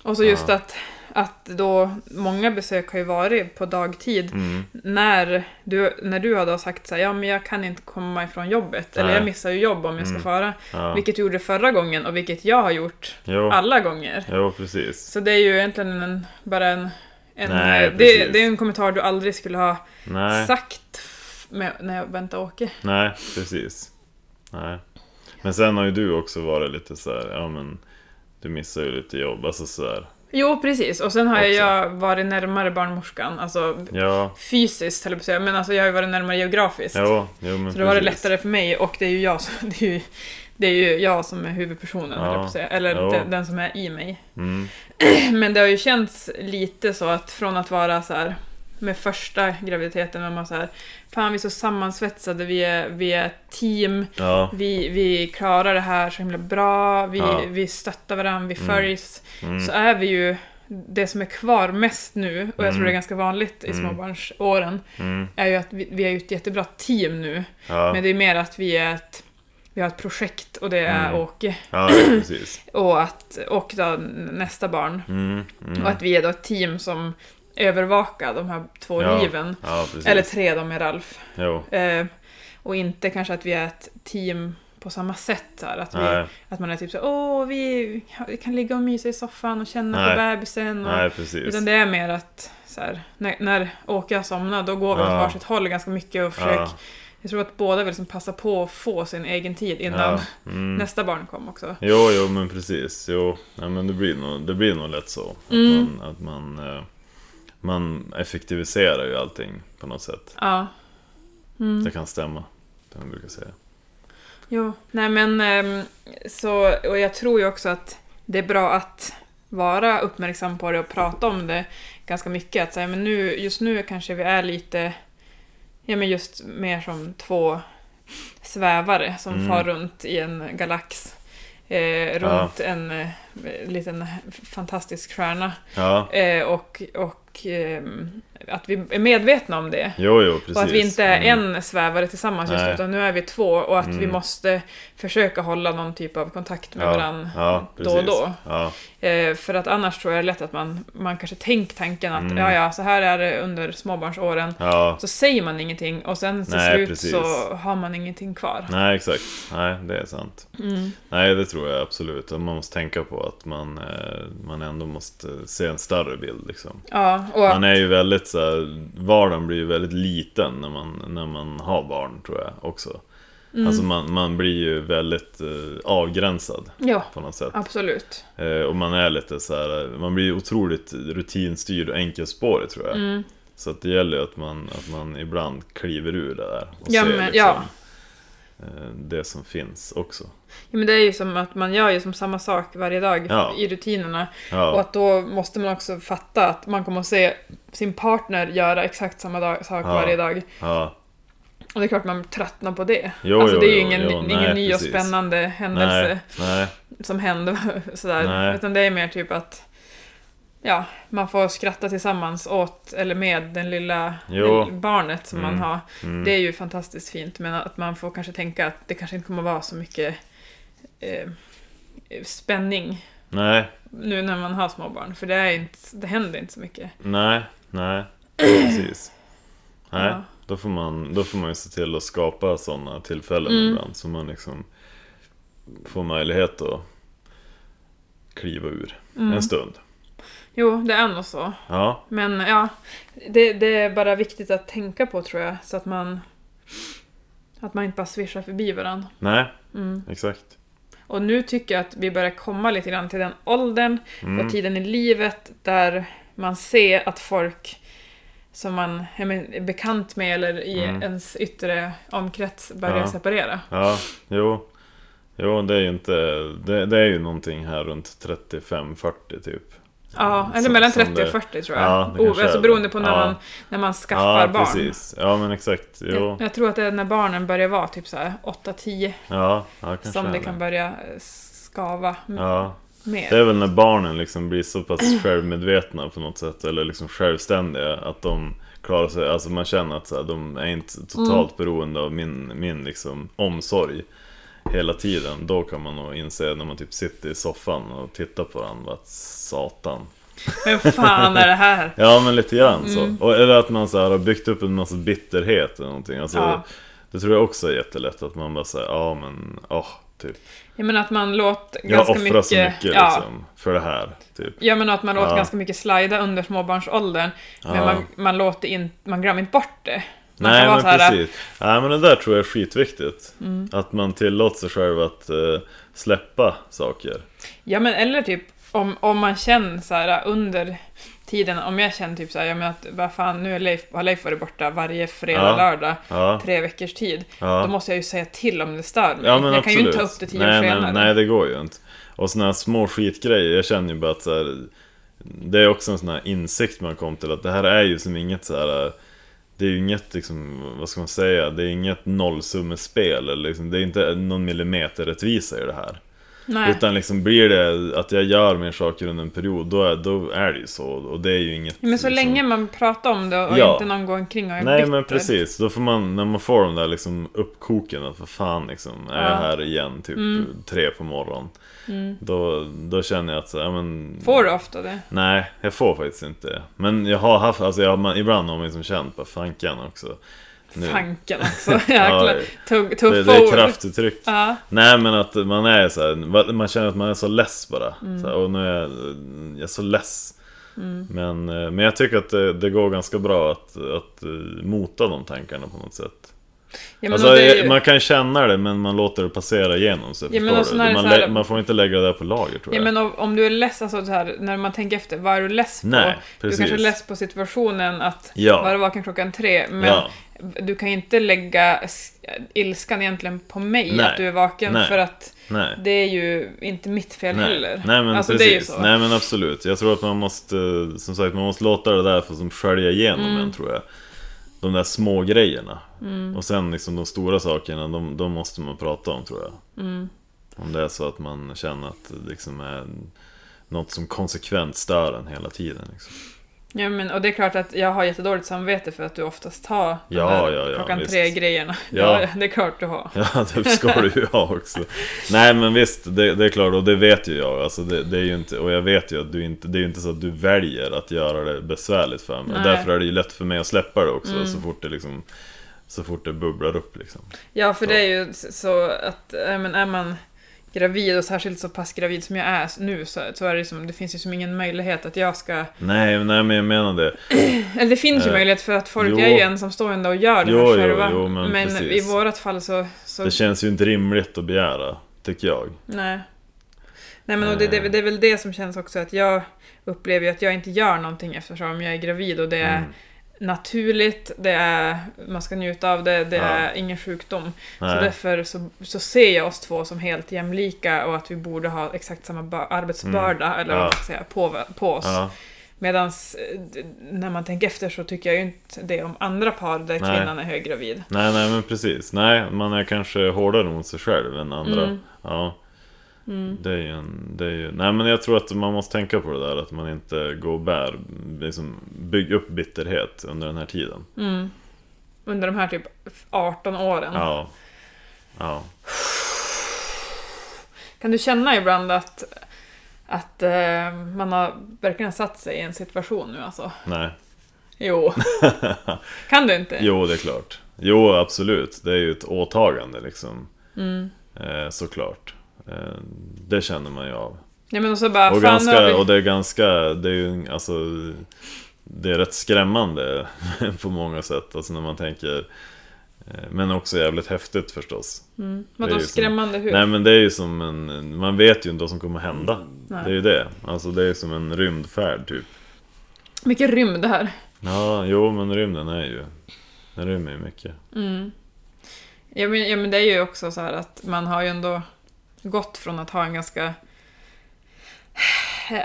Speaker 1: Och så just
Speaker 2: Ja.
Speaker 1: att, att då många besök har ju varit på dagtid
Speaker 2: Mm,
Speaker 1: när du, när du hade sagt så här, ja men jag kan inte komma ifrån jobbet eller
Speaker 2: Nej.
Speaker 1: jag missar ju jobb om jag ska
Speaker 2: Mm.
Speaker 1: fara.
Speaker 2: ja.
Speaker 1: Vilket du gjorde förra gången och vilket jag har gjort
Speaker 2: Jo,
Speaker 1: alla gånger.
Speaker 2: jo, precis.
Speaker 1: Så det är ju egentligen en, bara en... en
Speaker 2: Nej,
Speaker 1: eh, det,
Speaker 2: precis.
Speaker 1: det är en kommentar du aldrig skulle ha
Speaker 2: Nej.
Speaker 1: sagt f- med, när jag väntade Åke.
Speaker 2: Nej, precis. Nej. Men sen har ju du också varit lite så här, ja men du missar ju lite jobb, alltså så här
Speaker 1: Jo, precis. Och sen har
Speaker 2: Också.
Speaker 1: jag varit närmare barnmorskan. Alltså
Speaker 2: Ja,
Speaker 1: fysiskt, höll jag på att säga. Men alltså jag har ju varit närmare geografiskt.
Speaker 2: ja, jo, men
Speaker 1: Så då var det
Speaker 2: precis.
Speaker 1: lättare för mig och det är ju jag som, det är ju, det är ju jag som är huvudpersonen, höll jag på att säga. Eller
Speaker 2: Ja.
Speaker 1: den, den som är i mig.
Speaker 2: Mm.
Speaker 1: Men det har ju känts lite så att från att vara så här med första graviditeten, man var så här, fan vi är så sammansvetsade, vi är, vi är ett team,
Speaker 2: Ja,
Speaker 1: vi, vi klarar det här så himla bra, vi,
Speaker 2: Ja.
Speaker 1: vi stöttar varandra, vi
Speaker 2: Mm.
Speaker 1: följs.
Speaker 2: mm.
Speaker 1: Så är vi ju det som är kvar mest nu, och jag tror
Speaker 2: Mm.
Speaker 1: det är ganska vanligt i
Speaker 2: Mm.
Speaker 1: småbarnsåren,
Speaker 2: Mm.
Speaker 1: är ju att vi, vi är ju ett jättebra team nu. Men
Speaker 2: Ja,
Speaker 1: det är mer att vi är ett, vi har ett projekt och det är
Speaker 2: Mm.
Speaker 1: Åke.
Speaker 2: ja, precis.
Speaker 1: Och, att, och då, nästa barn.
Speaker 2: Mm. Mm.
Speaker 1: Och att vi är då ett team som övervakar de här två
Speaker 2: Ja,
Speaker 1: liven.
Speaker 2: Ja, precis.
Speaker 1: Eller tre då med Ralf.
Speaker 2: Jo.
Speaker 1: Eh, och inte kanske att vi är ett team på samma sätt. Så här, att, vi,
Speaker 2: Nej,
Speaker 1: att man är typ så åh vi vi kan ligga och mysa i soffan och känna
Speaker 2: Nej.
Speaker 1: på bebisen. Och,
Speaker 2: nej, precis.
Speaker 1: utan det är mer att så här, när, när Åke somnar då går vi åt
Speaker 2: Ja.
Speaker 1: varsitt håll ganska mycket och försöker. Jag tror att båda vill liksom passa på att få sin egen tid innan
Speaker 2: Ja. Mm.
Speaker 1: nästa barn kom också.
Speaker 2: Jo, jo men precis. Jo, ja, men det blir nog, det blir nog lätt så. Att,
Speaker 1: Mm.
Speaker 2: man, att man, eh, man effektiviserar ju allting på något sätt.
Speaker 1: Ja. Mm.
Speaker 2: Det kan stämma, det man brukar säga.
Speaker 1: Jo, nej men ehm, så, och jag tror ju också att det är bra att vara uppmärksam på det och prata om det ganska mycket. Att säga, men nu, just nu kanske vi är lite, ja men just mer som två svävare som
Speaker 2: Mm.
Speaker 1: far runt i en galax. Eh, runt en eh, liten fantastisk stjärna.
Speaker 2: Ja,
Speaker 1: Eh, och och ehm, att vi är medvetna om det.
Speaker 2: jo, jo, precis.
Speaker 1: Och att vi inte är
Speaker 2: Mm.
Speaker 1: en svävare tillsammans just nu,
Speaker 2: Nej.
Speaker 1: utan nu är vi två och att vi
Speaker 2: Mm.
Speaker 1: måste försöka hålla någon typ av kontakt med
Speaker 2: Ja,
Speaker 1: varandra
Speaker 2: ja,
Speaker 1: då och
Speaker 2: precis.
Speaker 1: då.
Speaker 2: Ja,
Speaker 1: Eh, för att annars tror jag det är lätt att man, man kanske tänkt tanken att
Speaker 2: Mm.
Speaker 1: ja, ja, så här är det under småbarnsåren.
Speaker 2: ja.
Speaker 1: Så säger man ingenting och sen till
Speaker 2: Nej,
Speaker 1: slut
Speaker 2: precis.
Speaker 1: så har man ingenting kvar.
Speaker 2: Nej, exakt. Nej, det är sant.
Speaker 1: Mm.
Speaker 2: Nej, det tror jag absolut. Och Man måste tänka på att man, eh, man ändå måste se en större bild liksom.
Speaker 1: Ja, och
Speaker 2: Man är ju väldigt så här, vardagen blir ju väldigt liten när man, när man har barn tror jag också.
Speaker 1: mm.
Speaker 2: Alltså man, man blir ju väldigt eh, avgränsad
Speaker 1: ja,
Speaker 2: på något sätt.
Speaker 1: absolut.
Speaker 2: Eh, och man är lite så här, man blir ju otroligt rutinstyrd och enkelspårig tror jag.
Speaker 1: Mm.
Speaker 2: Så att det gäller ju att man, att man ibland kliver ur det där och
Speaker 1: Ja,
Speaker 2: ser
Speaker 1: men-
Speaker 2: liksom,
Speaker 1: ja.
Speaker 2: eh, det som finns också.
Speaker 1: Ja, men det är ju som att man gör ju som samma sak varje dag
Speaker 2: Ja.
Speaker 1: i rutinerna. Och
Speaker 2: Ja,
Speaker 1: att då måste man också fatta att man kommer att se sin partner göra exakt samma dag, sak
Speaker 2: Ja.
Speaker 1: varje dag.
Speaker 2: ja,
Speaker 1: Och det är klart man tröttnar på det.
Speaker 2: Jo,
Speaker 1: alltså
Speaker 2: jo,
Speaker 1: det är ju
Speaker 2: jo,
Speaker 1: ingen,
Speaker 2: jo,
Speaker 1: ingen
Speaker 2: nej,
Speaker 1: ny
Speaker 2: precis.
Speaker 1: och spännande händelse
Speaker 2: nej, nej,
Speaker 1: som händer sådär.
Speaker 2: Nej.
Speaker 1: Utan det är mer typ att ja, man får skratta tillsammans åt eller med den lilla
Speaker 2: Jo.
Speaker 1: den- barnet som man
Speaker 2: Mm,
Speaker 1: har.
Speaker 2: mm.
Speaker 1: Det är ju fantastiskt fint men att man får kanske tänka att det kanske inte kommer vara så mycket eh, spänning
Speaker 2: nej,
Speaker 1: nu när man har små barn. För det, är inte, det händer inte så mycket.
Speaker 2: nej, nej, precis. Nej.
Speaker 1: Ja.
Speaker 2: Då får man, då får man ju se till att skapa sådana tillfällen
Speaker 1: Mm.
Speaker 2: ibland så man liksom får möjlighet att kliva ur
Speaker 1: Mm.
Speaker 2: en stund.
Speaker 1: Jo, det är nog så.
Speaker 2: Ja,
Speaker 1: Men ja, det, det är bara viktigt att tänka på tror jag. Så att man, att man inte bara svischar förbi varandra.
Speaker 2: nej,
Speaker 1: Mm.
Speaker 2: exakt.
Speaker 1: Och nu tycker jag att vi börjar komma lite grann till den åldern
Speaker 2: Mm.
Speaker 1: och tiden i livet där man ser att folk som man ja, men, är bekant med eller i
Speaker 2: Mm.
Speaker 1: ens yttre omkrets börjar
Speaker 2: Ja.
Speaker 1: separera.
Speaker 2: Ja, jo. Jo, det är ju inte, det, det är ju någonting här runt 35-40 typ.
Speaker 1: Ja, eller
Speaker 2: Som-
Speaker 1: mellan
Speaker 2: som
Speaker 1: 30
Speaker 2: det-
Speaker 1: och 40 tror jag.
Speaker 2: Ja, det
Speaker 1: oh,
Speaker 2: kanske är
Speaker 1: alltså
Speaker 2: det.
Speaker 1: beroende på när,
Speaker 2: Ja.
Speaker 1: man, när man skaffar
Speaker 2: ja,
Speaker 1: barn.
Speaker 2: precis. Ja, men exakt. Jo.
Speaker 1: Jag, jag tror att det är när barnen börjar vara typ så här 8-10
Speaker 2: Ja, ja kanske
Speaker 1: som
Speaker 2: är
Speaker 1: det kan börja eh, skava m-
Speaker 2: Ja,
Speaker 1: mer.
Speaker 2: det är väl när barnen liksom blir så pass självmedvetna på något sätt eller liksom självständiga att de klarar sig, alltså man känner att så här, de är inte totalt
Speaker 1: Mm.
Speaker 2: beroende av min, min liksom omsorg hela tiden. Då kan man nog inse när man typ sitter i soffan och tittar på varandra att satan.
Speaker 1: Vem fan är det här?
Speaker 2: Ja men lite grann
Speaker 1: Mm.
Speaker 2: så. Och, eller att man så här, har byggt upp en massa bitterhet eller någonting. Alltså,
Speaker 1: Ja.
Speaker 2: Det tror jag också är jättelätt att man bara säger ja men åh, typ.
Speaker 1: Jag menar att man låter
Speaker 2: Jag
Speaker 1: ganska
Speaker 2: offrar
Speaker 1: mycket...
Speaker 2: så mycket
Speaker 1: ja,
Speaker 2: liksom, för det här. Typ.
Speaker 1: Jag menar att man låter
Speaker 2: Ja.
Speaker 1: ganska mycket slida under småbarnsåldern. Men
Speaker 2: Ja.
Speaker 1: man, man, låter in, man glömmer inte bort det. Man
Speaker 2: Nej
Speaker 1: kan vara
Speaker 2: men
Speaker 1: så här, äh. Mm.
Speaker 2: precis. Nej men det där tror jag är skitviktigt. Att man tillåter sig själv att eh, släppa saker.
Speaker 1: Ja men eller typ om, om man känner så här under tiden, om jag känner typ så här, ja men att vad fan, nu är Leif, har Leif varit borta varje fredag,
Speaker 2: Ja.
Speaker 1: lördag,
Speaker 2: Ja.
Speaker 1: tre veckors tid.
Speaker 2: Ja.
Speaker 1: Då måste jag ju säga till om det stör mig.
Speaker 2: Ja,
Speaker 1: jag
Speaker 2: men absolut.
Speaker 1: kan ju inte ta upp det tio
Speaker 2: nej,
Speaker 1: år
Speaker 2: nej,
Speaker 1: senare.
Speaker 2: nej, det går ju inte. Och såna här små skitgrejer, jag känner ju bara att så här, det är också en sån här insikt man kom till att det här är ju som inget så här. Det är ju inget, liksom, vad ska man säga, det är inget nollsummespel. eller Liksom, det är inte någon millimeterrättvisa i det här.
Speaker 1: Nej.
Speaker 2: Utan liksom blir det att jag gör mer saker under en period, då är, då är det ju så. Och det är ju inget...
Speaker 1: Men så
Speaker 2: liksom,
Speaker 1: länge man pratar om det och
Speaker 2: Ja.
Speaker 1: inte någon går omkring och är
Speaker 2: Nej
Speaker 1: bitter.
Speaker 2: men precis, då får man, när man får de där liksom uppkoken att vad fan liksom, är
Speaker 1: Ja. Mm.
Speaker 2: jag här igen typ tre på morgonen? Då, då känner jag att så, ja, men...
Speaker 1: Får du ofta det?
Speaker 2: Nej, jag får faktiskt inte Men jag har haft, alltså jag, har- man, ibland har man liksom känt bara fanken också Nu.
Speaker 1: Fanken också. Jäklar.
Speaker 2: Oj.
Speaker 1: Tung, tuffa
Speaker 2: det, det är
Speaker 1: ord.
Speaker 2: kraftuttryck
Speaker 1: Ja.
Speaker 2: Nej men att man är så här, va- man känner att man är så less bara.
Speaker 1: Mm.
Speaker 2: Så här, och nu är jag, jag är så less. Men, eh, men jag tycker att det, det går ganska bra att, att eh, mota de tankarna på något sätt.
Speaker 1: Ja, men
Speaker 2: alltså,
Speaker 1: och det är ju-
Speaker 2: Man kan känna det men man låter det passera igenom sig.
Speaker 1: Ja, men och
Speaker 2: förstår
Speaker 1: sen är
Speaker 2: du?
Speaker 1: det
Speaker 2: Man,
Speaker 1: så här-
Speaker 2: lä- man får inte lägga det där på lager
Speaker 1: Ja,
Speaker 2: tror jag.
Speaker 1: men om- om du är less, alltså så här, när man tänker efter, vad är du less på?
Speaker 2: Nej,
Speaker 1: du
Speaker 2: precis.
Speaker 1: kanske är less på situationen att
Speaker 2: Ja.
Speaker 1: vara vaken klockan tre, men
Speaker 2: Ja.
Speaker 1: du kan ju inte lägga s- ilskan egentligen på mig
Speaker 2: Nej.
Speaker 1: att du är vaken,
Speaker 2: Nej.
Speaker 1: för att
Speaker 2: Nej.
Speaker 1: det är ju inte mitt fel
Speaker 2: Nej.
Speaker 1: heller.
Speaker 2: Nej men
Speaker 1: alltså,
Speaker 2: precis,
Speaker 1: det är ju så.
Speaker 2: nej men absolut. Jag tror att man måste, eh, som sagt, man måste låta det där få som skölja igenom
Speaker 1: Mm.
Speaker 2: en tror jag. De där små grejerna. Och sen liksom de stora sakerna, de, de måste man prata om tror jag.
Speaker 1: Mm.
Speaker 2: Om det är så att man känner att det liksom är något som konsekvent stör en hela tiden. Liksom.
Speaker 1: Ja, men, och det är klart att jag har jättedåligt samvete för att du oftast har de
Speaker 2: Ja,
Speaker 1: här
Speaker 2: ja, ja,
Speaker 1: klockan
Speaker 2: visst.
Speaker 1: tre-grejerna.
Speaker 2: Ja.
Speaker 1: det är klart du har.
Speaker 2: Ja, det ska du ju ha också. Nej men visst, det, det är klart och det vet ju jag. Alltså, det, det är ju inte, och jag vet ju att du inte, det är ju inte så att du väljer att göra det besvärligt för mig.
Speaker 1: Nej. Mm.
Speaker 2: Därför är det ju lätt för mig att släppa det också så fort det liksom så fort det bubblar upp liksom.
Speaker 1: Ja, för det är ju s- så att äh, men är man gravid och särskilt så pass gravid som jag är s- nu så, så är det som, det finns ju som ingen möjlighet att jag ska...
Speaker 2: Nej, nej men jag menar det.
Speaker 1: Eller det finns ju
Speaker 2: Eh,
Speaker 1: möjlighet för att folk
Speaker 2: jo.
Speaker 1: är ju ensamstående och gör det
Speaker 2: Jo,
Speaker 1: här
Speaker 2: jo,
Speaker 1: själva.
Speaker 2: jo, men
Speaker 1: i
Speaker 2: precis.
Speaker 1: vårat fall så... så
Speaker 2: Det känns ju inte rimligt att begära, tycker jag.
Speaker 1: nej. Nej men och det,
Speaker 2: Eh.
Speaker 1: det, det är väl det som känns också att jag upplever ju att jag inte gör någonting eftersom jag är gravid och det är
Speaker 2: Mm.
Speaker 1: naturligt, det är, man ska njuta av det, det
Speaker 2: Ja.
Speaker 1: är ingen sjukdom. Så
Speaker 2: Nej.
Speaker 1: därför så, så ser jag oss två som helt jämlika och att vi borde ha exakt samma bör- arbetsbörda, eller vad
Speaker 2: Mm. Ja.
Speaker 1: man ska säga, på, på oss.
Speaker 2: Ja,
Speaker 1: Medan när man tänker efter så tycker jag ju inte det om andra par där
Speaker 2: Nej.
Speaker 1: kvinnan är höggravid.
Speaker 2: nej, nej men precis. Nej, man är kanske hårdare mot sig själv än andra.
Speaker 1: Mm.
Speaker 2: Ja. Det är ju en, det är ju, nej men jag tror att man måste tänka på det där att man inte går och bär, liksom bygg upp bitterhet under den här tiden.
Speaker 1: Mm. Under de här typ 18 åren.
Speaker 2: Ja. Ja.
Speaker 1: Kan du känna ibland att, att eh, man har verkligen satt sig i en situation nu alltså?
Speaker 2: Nej.
Speaker 1: Jo. kan du inte?
Speaker 2: Jo, det är klart. Jo, absolut. Det är ju ett åtagande liksom.
Speaker 1: Mm.
Speaker 2: Eh, såklart. Eh, det känner man ju av.
Speaker 1: Ja, men och så bara,
Speaker 2: Och,
Speaker 1: fan, nu har vi...
Speaker 2: ganska, och det är ganska, det är ju alltså Det är rätt skrämmande på många sätt, alltså när man tänker eh, Men också jävligt häftigt förstås det är
Speaker 1: Vadå
Speaker 2: ju som-
Speaker 1: skrämmande hur?
Speaker 2: Nej men det är ju som en, man vet ju inte vad som kommer hända
Speaker 1: Nej.
Speaker 2: Det är ju det, alltså det är ju som en rymdfärd typ
Speaker 1: Mycket rymd det här.
Speaker 2: Ja, jo men rymden är ju Den rymmer ju mycket
Speaker 1: Mm. Ja men, ja men det är ju också så här att man har ju ändå gått från att ha en ganska...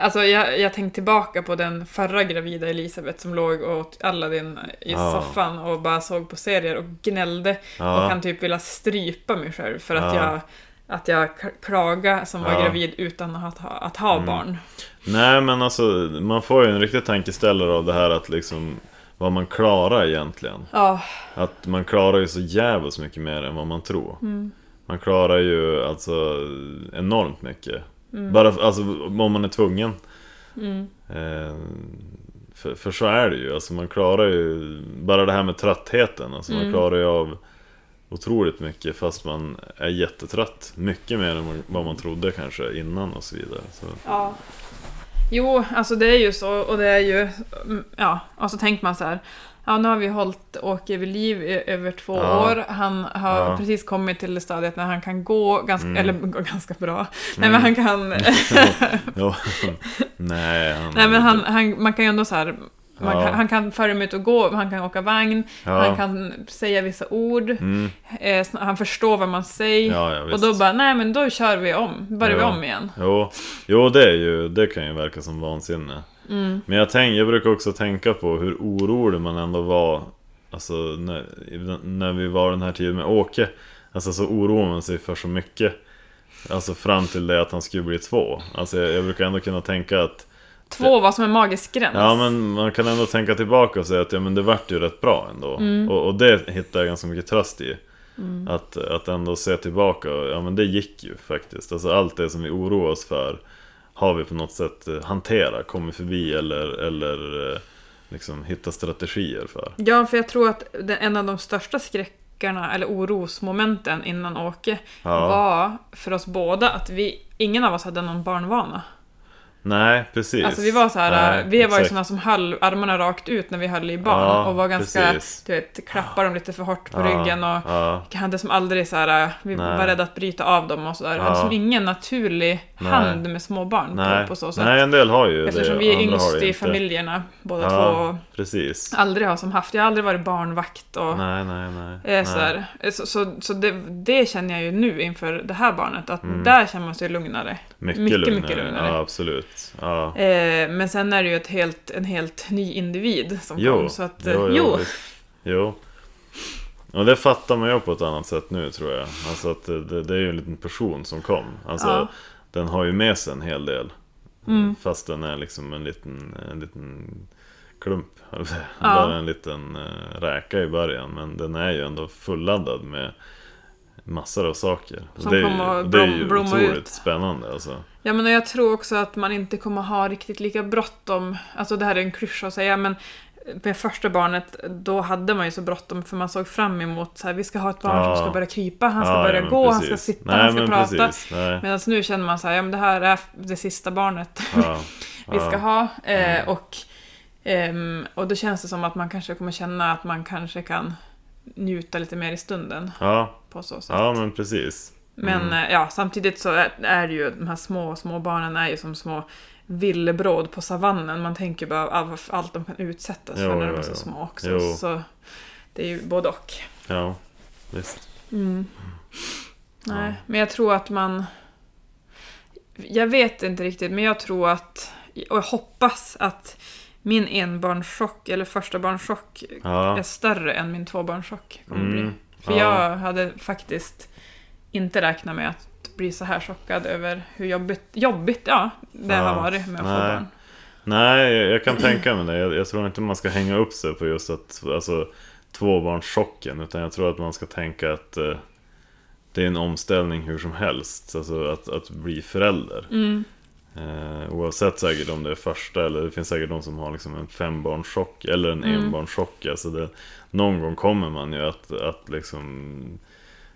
Speaker 1: Alltså jag, jag tänkte tillbaka på den förra gravida Elisabeth som låg och åt Aladdin i
Speaker 2: Ja.
Speaker 1: soffan och bara såg på serier och gnällde
Speaker 2: Ja.
Speaker 1: och kan typ vilja strypa mig själv för att
Speaker 2: Ja.
Speaker 1: jag att jag k- klaga som var
Speaker 2: Ja. Mm.
Speaker 1: gravid utan att ha, att ha barn.
Speaker 2: Nej men alltså, man får ju en riktig tankeställare av det här att liksom Vad man klarar egentligen
Speaker 1: Ja,
Speaker 2: Att man klarar ju så jävligt mycket mer än vad man tror.
Speaker 1: Mm.
Speaker 2: Man klarar ju alltså enormt mycket.
Speaker 1: Mm.
Speaker 2: Bara för, alltså, om man är tvungen. Eh, för, för så är det ju. Alltså, man klarar ju bara det här med tröttheten. Alltså,
Speaker 1: Mm.
Speaker 2: Man klarar ju av otroligt mycket fast man är jättetrött. Mycket mer än vad man trodde kanske innan och så vidare. Så,
Speaker 1: Ja. Jo, alltså det är ju så och det är ju... mm, Ja, och så tänker man så här. Ja, nu har vi hållit Åke vid liv i över två
Speaker 2: Ja.
Speaker 1: år. Han har
Speaker 2: Ja.
Speaker 1: precis kommit till det stadiet när han kan gå ganska,
Speaker 2: Mm.
Speaker 1: eller gå ganska bra. Nej, men han kan...
Speaker 2: Jo. Nej, han...
Speaker 1: nej, men han, han, man kan ju ändå så här... Man
Speaker 2: Ja.
Speaker 1: kan, han kan föra mig ut och gå, han kan åka vagn,
Speaker 2: Ja.
Speaker 1: han kan säga vissa ord,
Speaker 2: Mm.
Speaker 1: eh, sn- han förstår vad man säger.
Speaker 2: Ja, ja, visst.
Speaker 1: och då bara, nej men då kör vi om, börjar vi
Speaker 2: Ja.
Speaker 1: om igen.
Speaker 2: Jo, jo det, är ju, det kan ju verka som vansinne. Men jag, tänk, jag brukar också tänka på hur orolig man ändå var alltså, när, i den- när vi var den här tiden med Åke. Alltså så oroade man sig för så mycket. Alltså fram till det att han skulle bli två. Alltså jag, jag brukar ändå kunna tänka att
Speaker 1: Två var som en magisk gräns.
Speaker 2: Ja men man kan ändå tänka tillbaka och säga att ja, men det vart ju rätt bra ändå.
Speaker 1: Mm.
Speaker 2: Och, och det hittar jag ganska mycket tröst i. Att, att ändå se tillbaka, och, ja men det gick ju faktiskt. Alltså allt det som vi oroar oss för har vi på något sätt eh, hanterat, kommit förbi eller, eller eh, liksom hittat strategier för.
Speaker 1: Ja, för jag tror att det- en av de största skräckarna eller orosmomenten innan Åke
Speaker 2: Ja.
Speaker 1: var för oss båda att vi, ingen av oss hade någon barnvana.
Speaker 2: Nej, precis.
Speaker 1: Alltså vi var så här,
Speaker 2: Nej,
Speaker 1: vi var ju
Speaker 2: exakt.
Speaker 1: såna som höll armarna rakt ut när vi höll i barn
Speaker 2: Ja,
Speaker 1: och var ganska,
Speaker 2: precis.
Speaker 1: du vet, klappade dem lite för hårt på
Speaker 2: Ja,
Speaker 1: ryggen och
Speaker 2: ja.
Speaker 1: hade som aldrig så här, äh, vi
Speaker 2: Nej.
Speaker 1: var rädda att bryta av dem och sådär.
Speaker 2: Ja.
Speaker 1: Hade som ingen naturlig
Speaker 2: Nej.
Speaker 1: hand med små barn
Speaker 2: Nej.
Speaker 1: på, på så sätt.
Speaker 2: Nej, en del har ju
Speaker 1: Eftersom
Speaker 2: det.
Speaker 1: vi är
Speaker 2: andra har
Speaker 1: yngst
Speaker 2: det
Speaker 1: i
Speaker 2: inte.
Speaker 1: familjerna båda två.
Speaker 2: Ja,
Speaker 1: och
Speaker 2: precis.
Speaker 1: Aldrig har som haft, jag har aldrig varit barnvakt och
Speaker 2: Nej, nej, nej.
Speaker 1: Eh, Så,
Speaker 2: nej.
Speaker 1: där. Eh, så, så, så det, det känner jag ju nu inför det här barnet, att
Speaker 2: Mm.
Speaker 1: där känner man sig lugnare.
Speaker 2: Mycket,
Speaker 1: mycket,
Speaker 2: lugnare.
Speaker 1: mycket lugnare.
Speaker 2: Ja, absolut. Ja.
Speaker 1: Eh, men sen är det ju ett helt, en helt ny individ som kom. Så att, eh,
Speaker 2: jo,
Speaker 1: jo,
Speaker 2: jo, visst. jo. Och det fattar man ju på ett annat sätt nu tror jag. Alltså att det, det är ju en liten person som kom. Alltså,
Speaker 1: Ja.
Speaker 2: Den har ju med sig en hel del.
Speaker 1: Mm.
Speaker 2: Fast den är liksom en liten, en liten klump.
Speaker 1: Ja.
Speaker 2: Bara en liten eh, räka i början. Men den är ju ändå fulladdad med massor av saker.
Speaker 1: Som
Speaker 2: det är ju,
Speaker 1: kommer att
Speaker 2: det är
Speaker 1: blom-
Speaker 2: ju
Speaker 1: blomma
Speaker 2: otroligt
Speaker 1: ut.
Speaker 2: spännande alltså.
Speaker 1: Ja, men jag tror också att man inte kommer ha riktigt lika bråttom. Alltså det här är en klyscha att säga, men med första barnet, då hade man ju så bråttom för man såg fram emot så här, vi ska ha ett barn
Speaker 2: Ja.
Speaker 1: som ska börja krypa, han ska
Speaker 2: Ja, ja,
Speaker 1: börja
Speaker 2: men
Speaker 1: gå, han ska
Speaker 2: precis.
Speaker 1: sitta,
Speaker 2: Nej,
Speaker 1: han ska
Speaker 2: men
Speaker 1: prata.
Speaker 2: Precis. Nej.
Speaker 1: Medan nu känner man så här, ja men det här är det sista barnet.
Speaker 2: Ja.
Speaker 1: vi ska
Speaker 2: Ja.
Speaker 1: ha. Eh,
Speaker 2: Mm.
Speaker 1: och, ehm, och då känns det som att man kanske kommer känna att man kanske kan njuta lite mer i stunden
Speaker 2: Ja,
Speaker 1: på så sätt.
Speaker 2: ja men precis.
Speaker 1: Men
Speaker 2: Mm.
Speaker 1: eh, ja, samtidigt så är, är det ju de här små, små barnen är ju som små villebråd på savannen. Man tänker ju bara av allt de kan utsättas
Speaker 2: Jo,
Speaker 1: för när de
Speaker 2: jo,
Speaker 1: är så
Speaker 2: jo.
Speaker 1: små också.
Speaker 2: Jo.
Speaker 1: Så det är ju både och.
Speaker 2: Ja, visst.
Speaker 1: Mm. Nej, men jag tror att man... Jag vet inte riktigt, men jag tror att... Och jag hoppas att min enbarnschock, eller första barnschock
Speaker 2: Ja.
Speaker 1: är större än min tvåbarnschock kommer
Speaker 2: Mm,
Speaker 1: bli. För
Speaker 2: ja.
Speaker 1: jag hade faktiskt inte räknat med att bli så här chockad över hur jobbigt, jobbigt ja, det
Speaker 2: Ja,
Speaker 1: har varit med att få
Speaker 2: nej.
Speaker 1: barn.
Speaker 2: Nej, jag- jag kan tänka mig det. Jag, jag tror inte man ska hänga upp sig på just att, alltså, tvåbarnschocken. Utan jag tror att man ska tänka att eh, det är en omställning hur som helst. Alltså att, att bli förälder.
Speaker 1: Mm,
Speaker 2: Eh, oavsett säkert om det är första eller det finns säkert de som har liksom en fembarnschock eller en
Speaker 1: Mm.
Speaker 2: enbarnschock. Alltså det, någon gång kommer man ju att, att liksom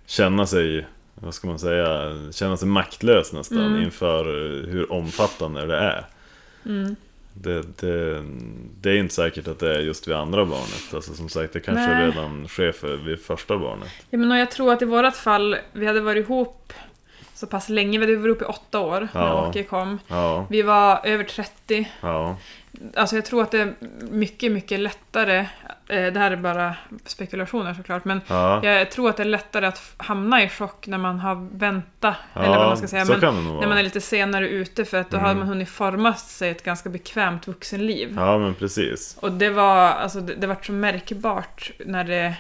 Speaker 2: känna sig, vad ska man säga, känna sig maktlös nästan
Speaker 1: Mm.
Speaker 2: inför eh, hur omfattande det är.
Speaker 1: mm.
Speaker 2: Det, det, det är inte säkert att det är just vid andra barnet. Alltså som sagt, det kanske
Speaker 1: Nej.
Speaker 2: redan sker för vid första barnet.
Speaker 1: Ja, men och jag tror att i vårt fall, vi hade varit ihop så pass länge, vi hade varit ihop i åtta år när
Speaker 2: Ja.
Speaker 1: Åke kom.
Speaker 2: Ja,
Speaker 1: Vi var över 30
Speaker 2: ja,
Speaker 1: Alltså jag tror att det är mycket, mycket lättare. eh, Det här är bara spekulationer såklart, men
Speaker 2: ja.
Speaker 1: jag tror att det är lättare att f- hamna i chock när man har väntat,
Speaker 2: ja
Speaker 1: eller vad man ska säga,
Speaker 2: så
Speaker 1: men
Speaker 2: kan det nog
Speaker 1: när man är
Speaker 2: vara.
Speaker 1: lite senare ute för att då har man hunnit forma sig ett ganska bekvämt vuxenliv.
Speaker 2: Mm. Ja, men precis.
Speaker 1: Och det var, alltså det, det var så märkbart när det,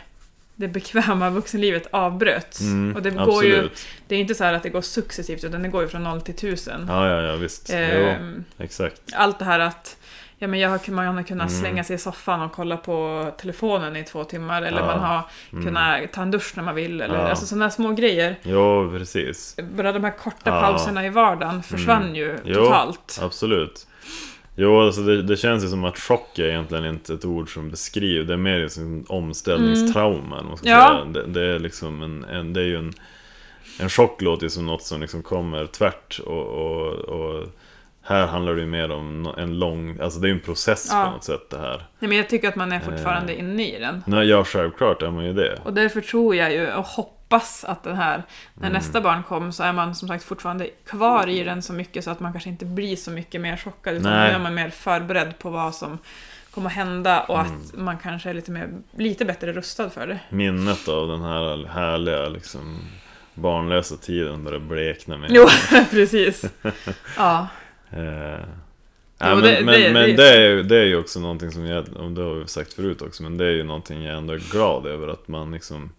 Speaker 1: det bekväma vuxenlivet avbröts.
Speaker 2: Mm,
Speaker 1: och det går ju,
Speaker 2: absolut.
Speaker 1: det är inte så här att det går successivt, utan det går ju från noll till tusen.
Speaker 2: Ja, ja, ja, visst. Jo,
Speaker 1: Ehm,
Speaker 2: exakt.
Speaker 1: allt det här att ja, men jag har, man har kunnat
Speaker 2: Mm.
Speaker 1: slänga sig i soffan och kolla på telefonen i två timmar. Eller
Speaker 2: Ja.
Speaker 1: man har
Speaker 2: Mm.
Speaker 1: kunnat ta en dusch när man vill. Eller,
Speaker 2: Ja.
Speaker 1: Alltså sådana små grejer.
Speaker 2: Jo, precis.
Speaker 1: Bara de här korta
Speaker 2: Ja.
Speaker 1: pauserna i vardagen försvann
Speaker 2: Mm.
Speaker 1: ju
Speaker 2: Jo.
Speaker 1: totalt.
Speaker 2: Absolut. Jo, alltså det, det känns ju som att chock är egentligen inte ett ord som beskriver, det är mer liksom omställningstrauma. Mm. Man ska
Speaker 1: Ja.
Speaker 2: säga. Det, det är liksom en, en, det är ju en, en chock låter ju som något som liksom kommer tvärt och, och, och Här handlar det ju mer om nå- en lång, alltså det är ju en process
Speaker 1: Ja.
Speaker 2: på något sätt det här.
Speaker 1: Nej, men jag tycker att man är fortfarande
Speaker 2: Eh.
Speaker 1: inne i den.
Speaker 2: Nej, ja, självklart är man ju det.
Speaker 1: Och därför tror jag ju och hoppas att den här, när
Speaker 2: Mm.
Speaker 1: nästa barn kom så är man som sagt fortfarande kvar i den så mycket så att man kanske inte blir så mycket mer chockad utan
Speaker 2: Nej.
Speaker 1: nu är man mer förberedd på vad som kommer att hända och att
Speaker 2: Mm.
Speaker 1: man kanske är lite, mer, lite bättre rustad för det.
Speaker 2: Minnet av den här härliga liksom barnlösa tiden börjar blekna med.
Speaker 1: Jo, precis. Ja,
Speaker 2: Eh,
Speaker 1: Jo,
Speaker 2: nej, men
Speaker 1: det-
Speaker 2: men,
Speaker 1: det- det-
Speaker 2: men det, är ju, det är ju också någonting som jag, och det har vi sagt förut också, men det är ju någonting jag ändå är glad över att man liksom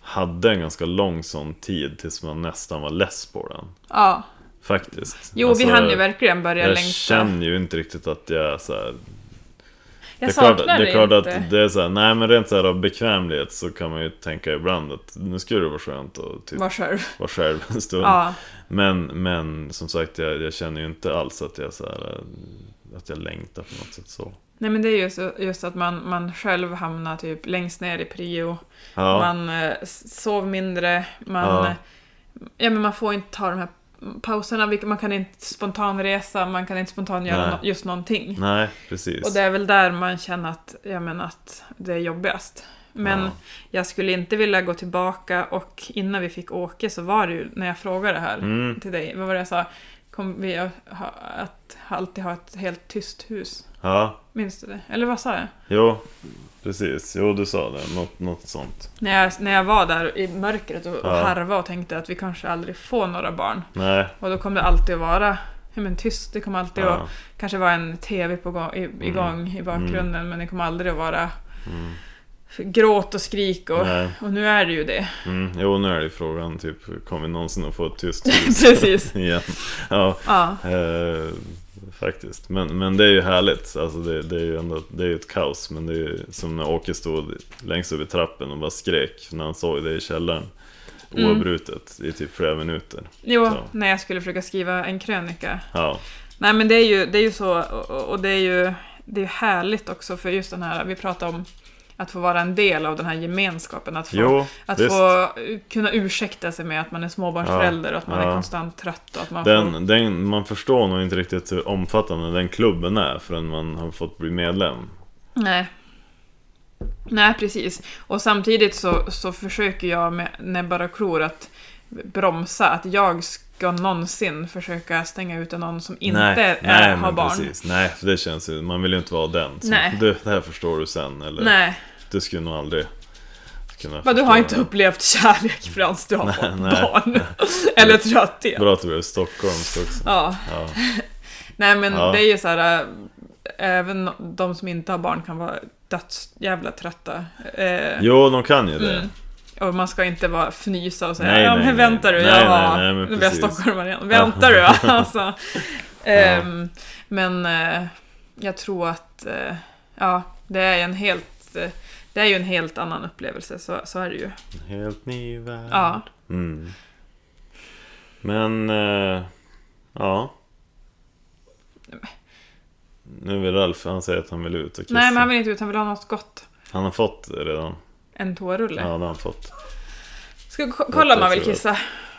Speaker 2: hade en ganska lång sån tid tills man nästan var less på den.
Speaker 1: ja.
Speaker 2: Faktiskt.
Speaker 1: Jo,
Speaker 2: Alltså,
Speaker 1: vi hann ju verkligen börja
Speaker 2: Jag
Speaker 1: längta.
Speaker 2: känner ju inte riktigt att jag så här,
Speaker 1: Jag
Speaker 2: det är klart,
Speaker 1: saknar
Speaker 2: det är klart
Speaker 1: inte.
Speaker 2: att det är så här, nej men rent så här av bekvämlighet så kan man ju tänka ibland att nu skulle det vara skönt att typ
Speaker 1: Var själv.
Speaker 2: vara själv en stund.
Speaker 1: Ja,
Speaker 2: Men, men som sagt, jag, jag känner ju inte alls att jag, så här, eh, att jag längtar på något sätt så.
Speaker 1: nej men det är ju så, just att man, man själv hamnar typ längst ner i prio.
Speaker 2: Ja,
Speaker 1: Man eh, s- sov mindre, man,
Speaker 2: Ja.
Speaker 1: ja. Ja, men man får inte ta de här pauserna, vilka- man kan inte spontanresa, man kan inte spontan göra
Speaker 2: Nej.
Speaker 1: nå- just någonting.
Speaker 2: nej precis.
Speaker 1: Och det är väl där man känner att, ja, men att det är jobbigast. Men
Speaker 2: Ja.
Speaker 1: jag skulle inte vilja gå tillbaka och innan vi fick åka så var det ju när jag frågade det här
Speaker 2: Mm,
Speaker 1: till dig, vad var det jag sa? Kom vi att ha, att alltid ha ett helt tyst hus?
Speaker 2: ja,
Speaker 1: Minns du det? Eller vad sa jag?
Speaker 2: jo, precis. Jo, du sa det. Något, något sånt.
Speaker 1: När jag, när jag var där i mörkret och, och
Speaker 2: Ja.
Speaker 1: harva och tänkte att vi kanske aldrig får några barn.
Speaker 2: Nej.
Speaker 1: Och då kommer det alltid att vara ja, men tyst, det kommer alltid
Speaker 2: Ja,
Speaker 1: att kanske vara en TV på gång, i, igång i bakgrunden men det kommer aldrig att vara
Speaker 2: Mm.
Speaker 1: gråt och skrik och,
Speaker 2: nej.
Speaker 1: och nu är det ju det.
Speaker 2: Mm, jo, nu är det ju frågan typ, kommer vi någonsin att få ett tyst
Speaker 1: Precis.
Speaker 2: igen? Ja.
Speaker 1: Ja.
Speaker 2: Eh, faktiskt. Men, men det är ju härligt. Alltså det, det är ju ändå, det är ju ett kaos. Men det är ju som när Åke stod längst upp i trappen och bara skrek när han såg det i källaren.
Speaker 1: Mm.
Speaker 2: Oavbrutet i typ flera minuter.
Speaker 1: Jo,
Speaker 2: Så.
Speaker 1: när jag skulle försöka skriva en krönika
Speaker 2: Ja,
Speaker 1: Nej men det är ju, det är ju så, och- och, och det är ju det är härligt också för just den här, vi pratar om att få vara en del av den här gemenskapen. Att få,
Speaker 2: jo,
Speaker 1: att
Speaker 2: visst.
Speaker 1: få eh, kunna ursäkta sig med att man är småbarnsförälder och att man är
Speaker 2: Ja.
Speaker 1: konstant trött. Och att man får,
Speaker 2: Den, den, man förstår nog inte riktigt hur omfattande den klubben är förrän man har fått bli medlem.
Speaker 1: nej. Nej, precis. Och samtidigt så, så försöker jag med näbbar och klor att bromsa att jag ska någonsin försöka stänga ute någon som inte är,
Speaker 2: nej,
Speaker 1: har
Speaker 2: men
Speaker 1: barn.
Speaker 2: Precis. Nej, för det känns ju, man vill ju inte vara den. som,
Speaker 1: Nej.
Speaker 2: Du, det här förstår du sen. Eller,
Speaker 1: Nej,
Speaker 2: Du skulle nog aldrig kunna
Speaker 1: Men du
Speaker 2: förstå
Speaker 1: har inte
Speaker 2: det.
Speaker 1: upplevt kärlek förrän du har
Speaker 2: Nej,
Speaker 1: fått
Speaker 2: nej.
Speaker 1: barn. Eller trötthet.
Speaker 2: Bra att du blev stockholmsk också.
Speaker 1: Ja.
Speaker 2: Ja.
Speaker 1: Nej men
Speaker 2: Ja.
Speaker 1: det är ju så här. äh, Även de som inte har barn kan vara döds jävla trötta. Eh,
Speaker 2: Jo, de kan ju det.
Speaker 1: mm. Och man ska inte vara fnysa och säga
Speaker 2: Nej,
Speaker 1: ja, men
Speaker 2: nej,
Speaker 1: väntar du,
Speaker 2: nej.
Speaker 1: jag
Speaker 2: Nej,
Speaker 1: var...
Speaker 2: nej, nej, men
Speaker 1: nu blir jag
Speaker 2: precis.
Speaker 1: stockholmare igen. Väntar du? alltså. Ehm, Men eh, jag tror att eh, ja, det är en helt eh, det är ju en helt annan upplevelse, så, så är det ju.
Speaker 2: En Helt ny värld.
Speaker 1: Ja.
Speaker 2: Mm. Men, eh, ja. Nu vill Ralf, han säger att han vill ut och kissa.
Speaker 1: Nej, men han vill inte ut, han vill ha något gott.
Speaker 2: Han har fått det redan.
Speaker 1: En
Speaker 2: Ja,
Speaker 1: toarulle.
Speaker 2: det har han fått.
Speaker 1: Ska vi ko- kolla om man vill
Speaker 2: tror jag.
Speaker 1: kissa?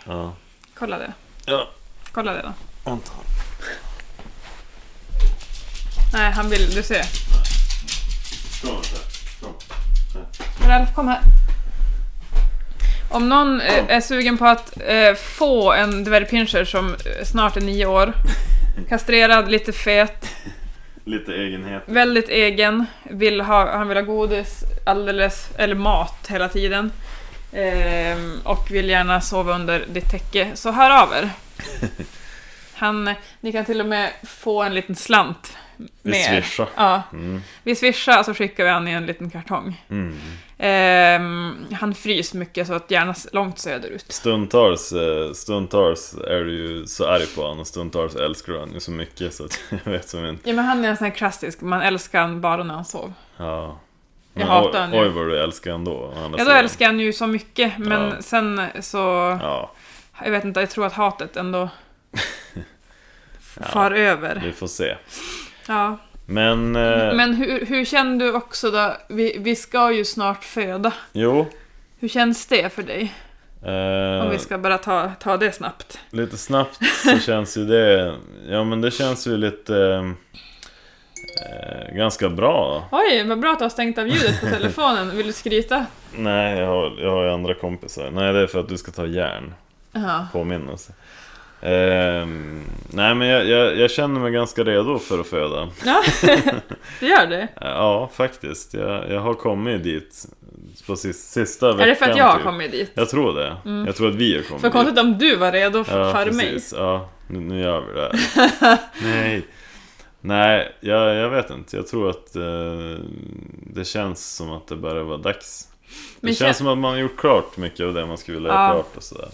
Speaker 2: Ja.
Speaker 1: Kolla det.
Speaker 2: Ja,
Speaker 1: Kolla det då.
Speaker 2: vänta.
Speaker 1: Nej, han vill... Du ser.
Speaker 2: Kom, vänta. Kom.
Speaker 1: Ralf, kom här. Om någon eh, är sugen på att eh, få en dvärgpinscher som eh, snart är nio år, kastrerad, lite fet,
Speaker 2: Lite egenhet.
Speaker 1: väldigt egen, vill ha, han vill ha godis alldeles, eller mat hela tiden ehm, och vill gärna sova under ditt täcke, så hör av er. Han, eh, ni kan till och med få en liten slant med
Speaker 2: Vi
Speaker 1: er.
Speaker 2: swishar.
Speaker 1: Ja,
Speaker 2: Mm.
Speaker 1: vi swishar och så skickar vi han i en liten kartong.
Speaker 2: Mm.
Speaker 1: Ehm, han fryser mycket så att gärna s- långt söderut.
Speaker 2: Stundtals, eh, stundtals är du ju så arg på honom och stundtals älskar du honom ju så mycket så att jag vet som inte.
Speaker 1: Ja men han är en sån här klassisk, man älskar han bara när han sov.
Speaker 2: Ja.
Speaker 1: Jag hatar honom ju.
Speaker 2: oj, oj vad du älskar honom då. å andra
Speaker 1: Ja då
Speaker 2: sidan.
Speaker 1: älskar han ju så mycket men
Speaker 2: Ja.
Speaker 1: sen så,
Speaker 2: Ja,
Speaker 1: jag vet inte, jag tror att hatet ändå
Speaker 2: Ja.
Speaker 1: far över.
Speaker 2: vi får se.
Speaker 1: Ja.
Speaker 2: Men, eh,
Speaker 1: Men hur, hur kände du också då, vi, vi ska ju snart föda.
Speaker 2: jo.
Speaker 1: Hur känns det för dig?
Speaker 2: Eh,
Speaker 1: Om vi ska bara ta, ta det snabbt.
Speaker 2: Lite snabbt så känns ju det... Ja men det känns ju lite... eh, ganska bra.
Speaker 1: Oj, vad bra att du har stängt av ljudet på telefonen. Vill du skryta?
Speaker 2: Nej, jag har, jag har ju andra kompisar. Nej, det är för att du ska ta järn.
Speaker 1: Ja.
Speaker 2: Påminnelse. Ehm, nej, men jag, jag, jag känner mig ganska redo för att föda. Eh,
Speaker 1: ja. Du gör det?
Speaker 2: Ja, faktiskt. Jag, jag har kommit dit på sis, sista veckan.
Speaker 1: Är det för att jag har
Speaker 2: typ.
Speaker 1: kommit dit?
Speaker 2: Jag tror det. Jag tror att vi har kommit
Speaker 1: Mm. För
Speaker 2: dit.
Speaker 1: konstigt om du var redo för, för mig.
Speaker 2: precis. Ja, nu, nu gör vi det här. Nej, Nej jag, jag vet inte. Jag tror att eh, det känns som att det börjar vara dags. Det
Speaker 1: Men
Speaker 2: känns
Speaker 1: kän-
Speaker 2: som att man har gjort klart mycket av det man skulle vilja
Speaker 1: Ja.
Speaker 2: göra klart och sådär.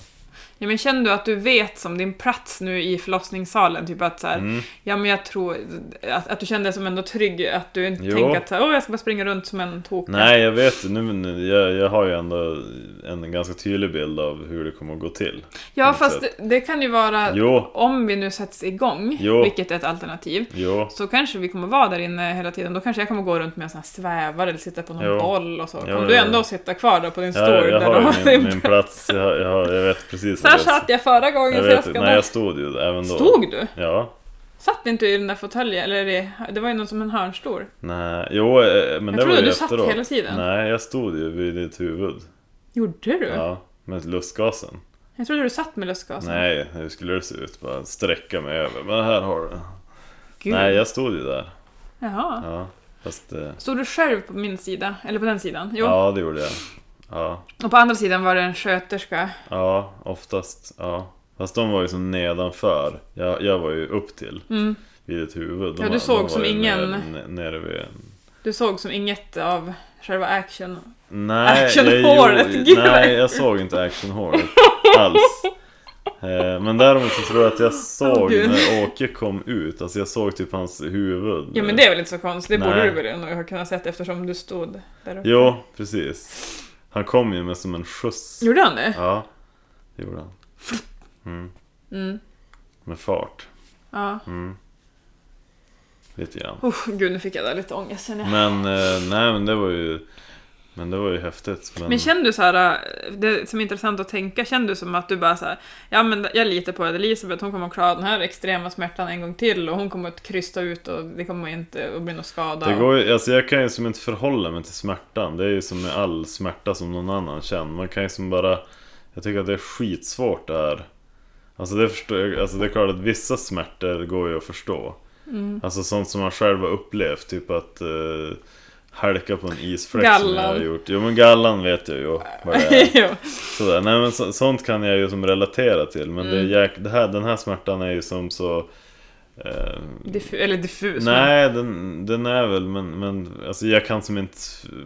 Speaker 1: Ja, men känner du att du vet som din plats nu i förlossningssalen? Typ att så här,
Speaker 2: Mm.
Speaker 1: ja men jag tror att, att du kände dig som ändå trygg, att du inte
Speaker 2: Jo.
Speaker 1: tänker att så här, Åh, jag ska bara springa runt som en tok.
Speaker 2: Nej, jag vet nu, nu jag, jag har ju ändå en ganska tydlig bild av hur det kommer att gå till.
Speaker 1: Ja,
Speaker 2: något
Speaker 1: fast det,
Speaker 2: sätt.
Speaker 1: det kan ju vara
Speaker 2: Jo,
Speaker 1: om vi nu sätts igång,
Speaker 2: Jo.
Speaker 1: vilket är ett alternativ,
Speaker 2: jo,
Speaker 1: så kanske vi kommer vara där inne hela tiden. Då kanske jag kommer gå runt med en sån här svävare eller sitta på någon
Speaker 2: Jo.
Speaker 1: boll och så. Kommer
Speaker 2: ja,
Speaker 1: du
Speaker 2: ja.
Speaker 1: ändå sitta kvar där på din
Speaker 2: jag,
Speaker 1: stol?
Speaker 2: jag, jag
Speaker 1: där du
Speaker 2: har ju
Speaker 1: din
Speaker 2: min, min plats, jag, har- jag, har- jag vet precis
Speaker 1: Så här
Speaker 2: vad jag-
Speaker 1: satt jag förra gången
Speaker 2: jag
Speaker 1: så jag
Speaker 2: vet,
Speaker 1: ska
Speaker 2: Nej,
Speaker 1: nog-
Speaker 2: jag stod ju även då.
Speaker 1: Stod du?
Speaker 2: Ja.
Speaker 1: Satt inte du i den där fåtöljen? Eller det, det var ju någon som en hörnstol.
Speaker 2: Nej, jo, eh, men
Speaker 1: Jag
Speaker 2: det var
Speaker 1: trodde
Speaker 2: ju
Speaker 1: du satt
Speaker 2: efteråt.
Speaker 1: hela tiden.
Speaker 2: Nej, jag stod ju vid ditt huvud.
Speaker 1: Gjorde du?
Speaker 2: Ja, med lustgasen.
Speaker 1: Jag trodde du satt med lustgasen.
Speaker 2: Nej, hur skulle det se ut? Bara sträcka mig över. Men här har du.
Speaker 1: Gud.
Speaker 2: Nej, jag stod ju där.
Speaker 1: Jaha.
Speaker 2: Ja, fast... eh,
Speaker 1: Stod du själv på min sida? Eller på den sidan? Jo.
Speaker 2: Ja, det gjorde jag. Ja,
Speaker 1: Och på andra sidan var det en sköterska.
Speaker 2: ja, oftast. Ja. Fast de var ju som nedanför. Jag, jag var ju upp till
Speaker 1: Mm.
Speaker 2: vid ditt huvud. De,
Speaker 1: Ja, du
Speaker 2: var-
Speaker 1: såg
Speaker 2: de var
Speaker 1: som
Speaker 2: ju
Speaker 1: ingen-
Speaker 2: Nere, n- nere vid...
Speaker 1: Du såg som inget av själva action.
Speaker 2: Nej,
Speaker 1: Actionhåret,
Speaker 2: jag, gjorde-
Speaker 1: gud.
Speaker 2: nej, jag såg inte actionhåret alls. Eh, Men däremot så tror jag att jag såg
Speaker 1: gud.
Speaker 2: när Åke kom ut, alltså jag såg typ hans huvud.
Speaker 1: Ja men det är väl inte så konstigt? Det borde
Speaker 2: Nej.
Speaker 1: du väl nog ha kunnat sett eftersom du stod där uppe?
Speaker 2: Jo, precis. Han kom ju med som en skjuts.
Speaker 1: Gjorde han det?
Speaker 2: Ja, det gjorde han. Mm.
Speaker 1: Mm.
Speaker 2: Med fart.
Speaker 1: Ja.
Speaker 2: Mm. Lite grann.
Speaker 1: Usch, gud nu fick jag där lite ångest känner jag.
Speaker 2: Men eh, nej men det var ju Men det var ju häftigt men,
Speaker 1: Men känner du så här, äh, det som är intressant att tänka, känner du som att du bara så här, ja men jag litar på Elisabeth, hon kommer att klara den här extrema smärtan en gång till och hon kommer att krysta ut och det kommer inte att bli någon skada.
Speaker 2: det går ju, alltså jag kan ju som inte förhålla mig till smärtan Det är ju som med all smärta som någon annan känner Man kan ju som bara Jag tycker att det är skitsvårt det här Alltså det, förstår, jag- alltså det är klart att vissa smärtor går ju att förstå
Speaker 1: Mm.
Speaker 2: Alltså sånt som man själv har upplevt Typ att eh, Halka på en isfläck som jag
Speaker 1: Gallan.
Speaker 2: har gjort Jo men gallan vet jag ju vad det är
Speaker 1: Jo.
Speaker 2: Sådär. Nej, men så, sånt kan jag ju som relatera till men det är jäk, det här, den här smärtan är ju som så... Eh,
Speaker 1: Diffu- eller diffus. men-
Speaker 2: nej, den, den är väl men, men alltså, jag kan som inte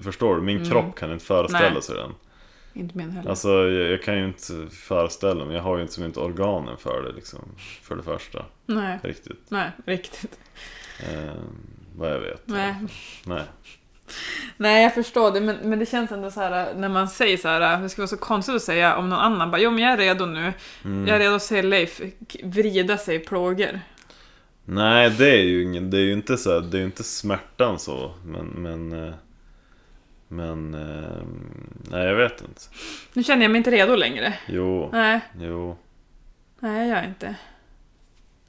Speaker 2: förstå det. Min kropp kan inte föreställa
Speaker 1: Mm. Nej.
Speaker 2: sig den.
Speaker 1: Inte min heller.
Speaker 2: Alltså jag, jag kan ju inte föreställa mig, jag har ju inte, som inte organen för det liksom. För det första,
Speaker 1: nej,
Speaker 2: riktigt.
Speaker 1: nej, riktigt.
Speaker 2: Eh, vad jag vet.
Speaker 1: Nej.
Speaker 2: Nej.
Speaker 1: nej, jag förstår det, men, men det känns ändå så här äh, när man säger så här, äh, det skulle vara så konstigt att säga om någon annan bara, jo men jag är redo nu,
Speaker 2: Mm.
Speaker 1: jag är redo att se Leif k- vrida sig i plågor.
Speaker 2: Nej, det är ju ingen, det är ju inte så här, det är ju inte smärtan så, men, men, eh, men, eh, nej jag vet inte.
Speaker 1: Nu känner jag mig inte redo längre.
Speaker 2: Jo,
Speaker 1: Nej,
Speaker 2: jo,
Speaker 1: nej jag gör inte.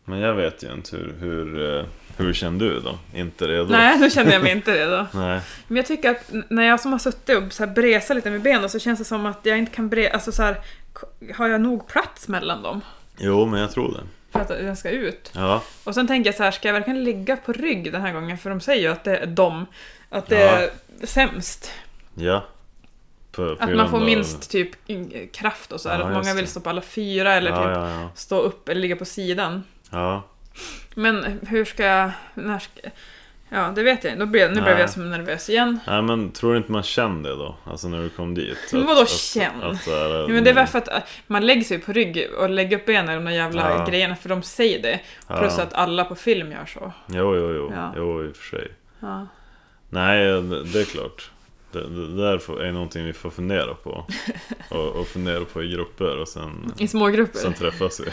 Speaker 2: men jag vet ju inte hur, hur, eh, hur kände du då? Inte redo?
Speaker 1: Nej, nu känner jag mig inte redo.
Speaker 2: Nej,
Speaker 1: Men jag tycker att n- när jag som har suttit och så här bresat lite med benen så känns det som att jag inte kan bre... Alltså så här, k- har jag nog plats mellan dem?
Speaker 2: jo men jag tror det.
Speaker 1: För att den ska ut.
Speaker 2: Ja,
Speaker 1: Och sen tänker jag så här, ska jag verkligen ligga på rygg den här gången? För de säger ju att det är dem. Att det
Speaker 2: Ja.
Speaker 1: är sämst.
Speaker 2: ja. På, på
Speaker 1: Att man
Speaker 2: grund
Speaker 1: får
Speaker 2: av-
Speaker 1: minst typ in- kraft och så här.
Speaker 2: Ja,
Speaker 1: att många
Speaker 2: just
Speaker 1: vill
Speaker 2: det.
Speaker 1: stå på alla fyra eller
Speaker 2: ja,
Speaker 1: typ
Speaker 2: ja, ja,
Speaker 1: stå upp eller ligga på sidan.
Speaker 2: ja.
Speaker 1: Men hur ska jag... När ska, ja, det vet jag inte. Då blev- Nu blev
Speaker 2: Nej.
Speaker 1: jag som nervös igen.
Speaker 2: Nej men tror du inte man kände det då? Alltså när du kom dit?
Speaker 1: Men
Speaker 2: Att-
Speaker 1: vadå
Speaker 2: att-
Speaker 1: känn?
Speaker 2: att så här,
Speaker 1: Ja, men det är väl för att äh, man lägger sig på rygg och lägger upp benen i de där jävla
Speaker 2: Ja.
Speaker 1: grejerna för de säger det.
Speaker 2: ja.
Speaker 1: Plus att alla på film gör så.
Speaker 2: Jo, jo, jo,
Speaker 1: Ja.
Speaker 2: jo i och för sig.
Speaker 1: Ja.
Speaker 2: Nej, det det är klart. Det, det där får- är någonting vi får fundera på. Och, och fundera på i grupper och sen,
Speaker 1: I smågrupper.
Speaker 2: sen träffas vi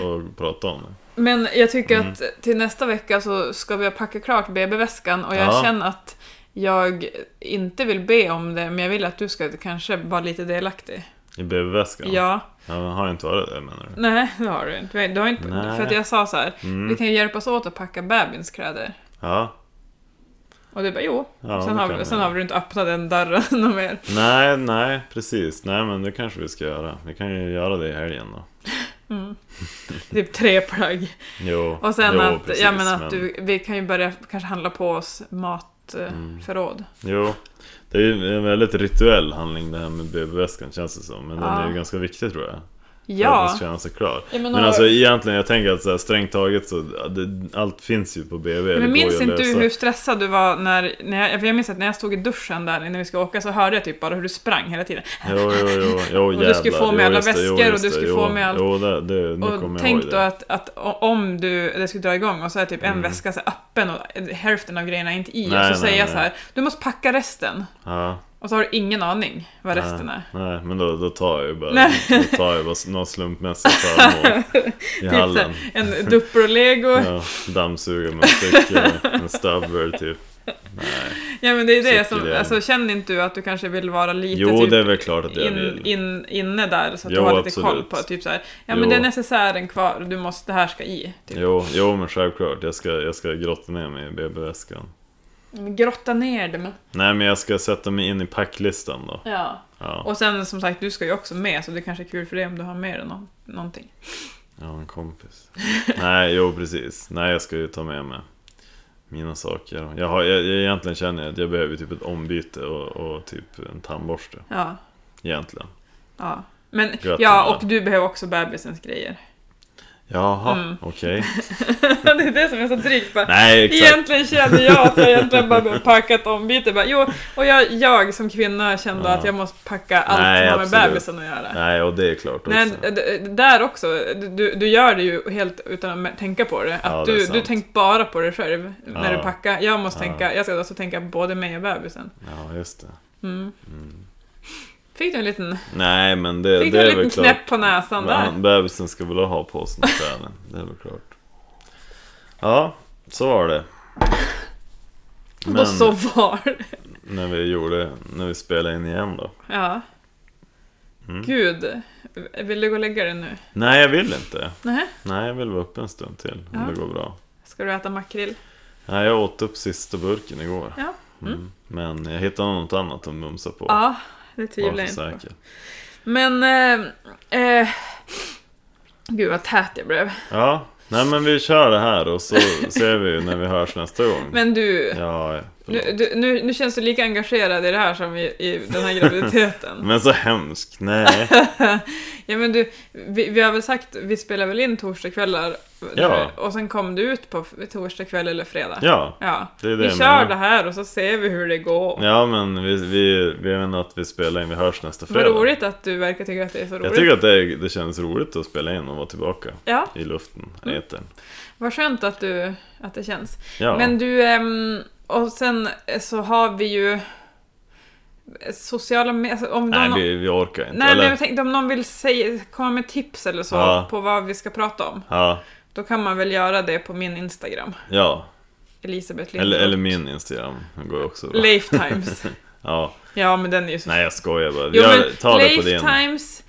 Speaker 2: och, och prata om det.
Speaker 1: Men jag tycker
Speaker 2: Mm.
Speaker 1: att till nästa vecka så ska vi ha packat klart BB-väskan och jag
Speaker 2: Ja.
Speaker 1: känner att jag inte vill be om det men jag vill att du ska kanske vara lite delaktig.
Speaker 2: I BB-väskan?
Speaker 1: Ja.
Speaker 2: ja men har jag inte varit där menar du?
Speaker 1: Nej, det har du inte. Du har inte
Speaker 2: Nej.
Speaker 1: för att jag sa så här,
Speaker 2: Mm.
Speaker 1: vi kan ju hjälpas åt att packa bebins kläder.
Speaker 2: Ja.
Speaker 1: Och du bara, jo.
Speaker 2: ja
Speaker 1: sen,
Speaker 2: det
Speaker 1: har,
Speaker 2: kan
Speaker 1: vi-
Speaker 2: man
Speaker 1: sen
Speaker 2: göra.
Speaker 1: har vi inte öppnat den dörren någon mer.
Speaker 2: Nej, nej, precis. Nej, men det kanske vi ska göra. Vi kan ju göra det i helgen då.
Speaker 1: Mm. Typ tre plagg.
Speaker 2: Jo,
Speaker 1: Och sen
Speaker 2: jo,
Speaker 1: att,
Speaker 2: precis,
Speaker 1: ja, men att du, vi kan ju börja kanske handla på oss matförråd.
Speaker 2: Mm. Jo, det är ju en väldigt rituell handling det här med BB-väskan känns det som. Men den
Speaker 1: Ja.
Speaker 2: är ju ganska viktig tror jag. För att den
Speaker 1: Ja.
Speaker 2: ska känna sig klar.
Speaker 1: Ja, men
Speaker 2: Men
Speaker 1: har-
Speaker 2: alltså egentligen, jag tänker att så här, strängt taget så, ja, det, allt finns ju på BB.
Speaker 1: Men
Speaker 2: det går
Speaker 1: minns
Speaker 2: ju att
Speaker 1: inte du
Speaker 2: lösa.
Speaker 1: hur stressad du var när, när jag, för jag minns att när jag stod i duschen där innan vi skulle åka så hörde jag typ bara hur du sprang hela tiden.
Speaker 2: Jo, jo, jo, jo
Speaker 1: Och du skulle
Speaker 2: jävlar.
Speaker 1: få med
Speaker 2: Jo,
Speaker 1: alla
Speaker 2: just det, jo,
Speaker 1: väskor och
Speaker 2: just
Speaker 1: du
Speaker 2: det,
Speaker 1: skulle
Speaker 2: jo,
Speaker 1: få med allt.
Speaker 2: Jo, det, det, nu kommer
Speaker 1: Och
Speaker 2: jag ihåg
Speaker 1: tänk
Speaker 2: det. Mm.
Speaker 1: då att, att o- om du, det skulle dra igång och så är typ en väska så här öppen och hälften av grejerna är inte i
Speaker 2: Nej,
Speaker 1: och så
Speaker 2: nej,
Speaker 1: säger jag
Speaker 2: nej.
Speaker 1: så här, du måste packa resten.
Speaker 2: Ja.
Speaker 1: Och så har du ingen aning vad resten är.
Speaker 2: Nej, men då, då tar jag ju bara,
Speaker 1: Nej.
Speaker 2: då tar jag bara något slumpmässigt föremål i
Speaker 1: Typ så
Speaker 2: hallen.
Speaker 1: här, en Dupro-lego. ja.
Speaker 2: Ja, dammsugare eh, med stycke, en stubber typ.
Speaker 1: men det är det som,
Speaker 2: Cykelhjälm.
Speaker 1: alltså känner inte du att du kanske vill vara lite
Speaker 2: Jo,
Speaker 1: typ
Speaker 2: det är väl klart att jag
Speaker 1: in,
Speaker 2: vill.
Speaker 1: in, inne där så att
Speaker 2: Jo,
Speaker 1: du har lite
Speaker 2: absolut.
Speaker 1: koll på typ så här, ja
Speaker 2: Jo.
Speaker 1: men det är necessären kvar och du måste, det här ska i. Typ.
Speaker 2: Jo, jo, men självklart. Jag ska, jag ska grotta ner mig i BB-väskan.
Speaker 1: Mm, Grotta ner dem.
Speaker 2: Nej, men jag ska sätta mig in i packlistan då.
Speaker 1: Ja.
Speaker 2: Ja,
Speaker 1: Och sen som sagt, du ska ju också med så det kanske är kul för dig om du har med dig nå- någonting.
Speaker 2: jag har en kompis. Nej, jo precis. Nej, jag ska ju ta med mig mina saker. Jag har, jag, jag egentligen känner jag att jag behöver typ ett ombyte och, och typ en tandborste.
Speaker 1: Ja.
Speaker 2: Egentligen.
Speaker 1: ja. Men
Speaker 2: Gröten,
Speaker 1: ja,
Speaker 2: ja.
Speaker 1: och du behöver också bebisens grejer.
Speaker 2: Jaha,
Speaker 1: Mm.
Speaker 2: okej.
Speaker 1: det är det som är så drygt. Bara,
Speaker 2: Nej, exakt.
Speaker 1: egentligen känner jag att jag egentligen bara behöver packa ett ombyte. Bara, jo, och jag, jag som kvinna kände
Speaker 2: Ja.
Speaker 1: att jag måste packa allt
Speaker 2: Nej,
Speaker 1: som har med
Speaker 2: absolut.
Speaker 1: bebisen att göra.
Speaker 2: Nej, och det är klart också.
Speaker 1: Nej, d- d- där också. Du, du gör det ju helt utan att mä- tänka på det. Att
Speaker 2: Ja, det är
Speaker 1: du, du
Speaker 2: sant.
Speaker 1: tänker bara på dig själv när
Speaker 2: Ja.
Speaker 1: du packar. Jag måste
Speaker 2: Ja.
Speaker 1: tänka, jag ska också tänka på både mig och bebisen.
Speaker 2: Ja, just det.
Speaker 1: Mm. Fick du en liten,
Speaker 2: Nej, men det,
Speaker 1: fick
Speaker 2: det
Speaker 1: du en
Speaker 2: är väl
Speaker 1: liten
Speaker 2: klart.
Speaker 1: knäpp på näsan
Speaker 2: Men
Speaker 1: där?
Speaker 2: han- Bebisen ska väl ha på sig något kläder. Det är väl klart. Ja, så var det. Men
Speaker 1: Och så var det.
Speaker 2: när vi gjorde, när vi spelade in igen då.
Speaker 1: Ja.
Speaker 2: Mm.
Speaker 1: Gud. Vill du gå och lägga dig nu?
Speaker 2: Nej, jag vill inte.
Speaker 1: Nej.
Speaker 2: Nej, jag vill vara uppe en stund till
Speaker 1: Ja.
Speaker 2: om det går bra.
Speaker 1: Ska du äta makrill?
Speaker 2: Nej, jag åt upp sista burken igår.
Speaker 1: Ja.
Speaker 2: Mm. Men jag hittade något annat att mumsa på.
Speaker 1: Ja, det
Speaker 2: Var
Speaker 1: tvivlar
Speaker 2: för
Speaker 1: jag inte på.
Speaker 2: säker.
Speaker 1: Men... Eh, eh, gud vad tät jag blev.
Speaker 2: Ja, nej men vi kör det här och så ser vi när vi hörs nästa gång.
Speaker 1: Men du,
Speaker 2: Ja, förlåt.
Speaker 1: Nu, du, nu, nu känns du lika engagerad i det här som i, i den här graviditeten.
Speaker 2: Men så hemskt, nej.
Speaker 1: ja, men du, vi, vi har väl sagt, vi spelar väl in torsdagskvällar?
Speaker 2: Ja.
Speaker 1: Och sen kom du ut på f- torsdag kväll eller fredag?
Speaker 2: Ja,
Speaker 1: Ja.
Speaker 2: det är det
Speaker 1: vi
Speaker 2: jag
Speaker 1: kör
Speaker 2: menar.
Speaker 1: det här och så ser vi hur det går.
Speaker 2: Ja men vi, vi, vi menar att vi spelar in, vi hörs nästa
Speaker 1: Vad
Speaker 2: fredag.
Speaker 1: roligt att du verkar tycka att det är så roligt.
Speaker 2: Jag tycker att det, det känns roligt att spela in och vara tillbaka
Speaker 1: Ja,
Speaker 2: i luften,
Speaker 1: Mm.
Speaker 2: etern.
Speaker 1: vad skönt att, du, att det känns.
Speaker 2: Ja,
Speaker 1: Men du, ehm, och sen eh, så har vi ju eh, sociala medier. Alltså, om
Speaker 2: nej
Speaker 1: någon-
Speaker 2: vi, vi orkar inte.
Speaker 1: Nej,
Speaker 2: eller?
Speaker 1: men jag tänkte om någon vill säga, komma med tips eller så
Speaker 2: Ja.
Speaker 1: på vad vi ska prata om.
Speaker 2: Ja,
Speaker 1: Då kan man väl göra det på min Instagram.
Speaker 2: ja.
Speaker 1: Elisabeth
Speaker 2: Eller,
Speaker 1: Lindroth.
Speaker 2: eller min Instagram, den går ju också bra.
Speaker 1: Leif Times.
Speaker 2: Ja,
Speaker 1: Ja, men den är ju så...
Speaker 2: nej jag skojar bara.
Speaker 1: jo,
Speaker 2: Gör,
Speaker 1: men
Speaker 2: ta det på
Speaker 1: Leif
Speaker 2: din.
Speaker 1: Times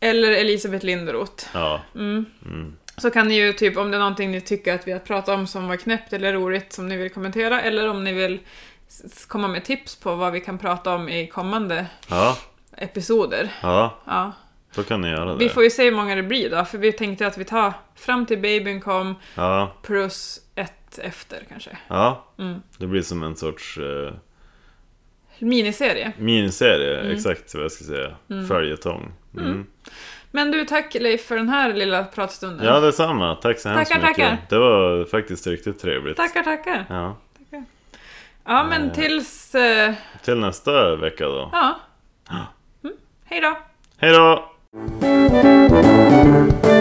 Speaker 1: eller Elisabeth Lindroth.
Speaker 2: Ja,
Speaker 1: Mm.
Speaker 2: mm.
Speaker 1: Så kan ni ju typ, om det är någonting ni tycker att vi har pratat om som var knäppt eller roligt som ni vill kommentera, eller om ni vill s- s- komma med tips på vad vi kan prata om i kommande
Speaker 2: ja,
Speaker 1: episoder.
Speaker 2: ja,
Speaker 1: Ja.
Speaker 2: då kan ni göra det.
Speaker 1: Vi får ju se hur många det blir då, för vi tänkte att vi tar fram till babyn kom,
Speaker 2: Ja,
Speaker 1: plus ett efter kanske.
Speaker 2: ja.
Speaker 1: Mm.
Speaker 2: Det blir som en sorts eh,
Speaker 1: Miniserie.
Speaker 2: miniserie,
Speaker 1: Mm.
Speaker 2: exakt vad jag ska säga. Följetong. Mm.
Speaker 1: Men du, tack Leif för den här lilla pratstunden.
Speaker 2: Ja, detsamma. Tack så hemskt
Speaker 1: Tackar,
Speaker 2: mycket.
Speaker 1: tackar.
Speaker 2: Det var faktiskt riktigt trevligt.
Speaker 1: Tackar, tackar.
Speaker 2: Ja.
Speaker 1: Ja, men
Speaker 2: Eh.
Speaker 1: tills... eh,
Speaker 2: Till nästa vecka då.
Speaker 1: Ja. Mm. Hej då.
Speaker 2: Hej då!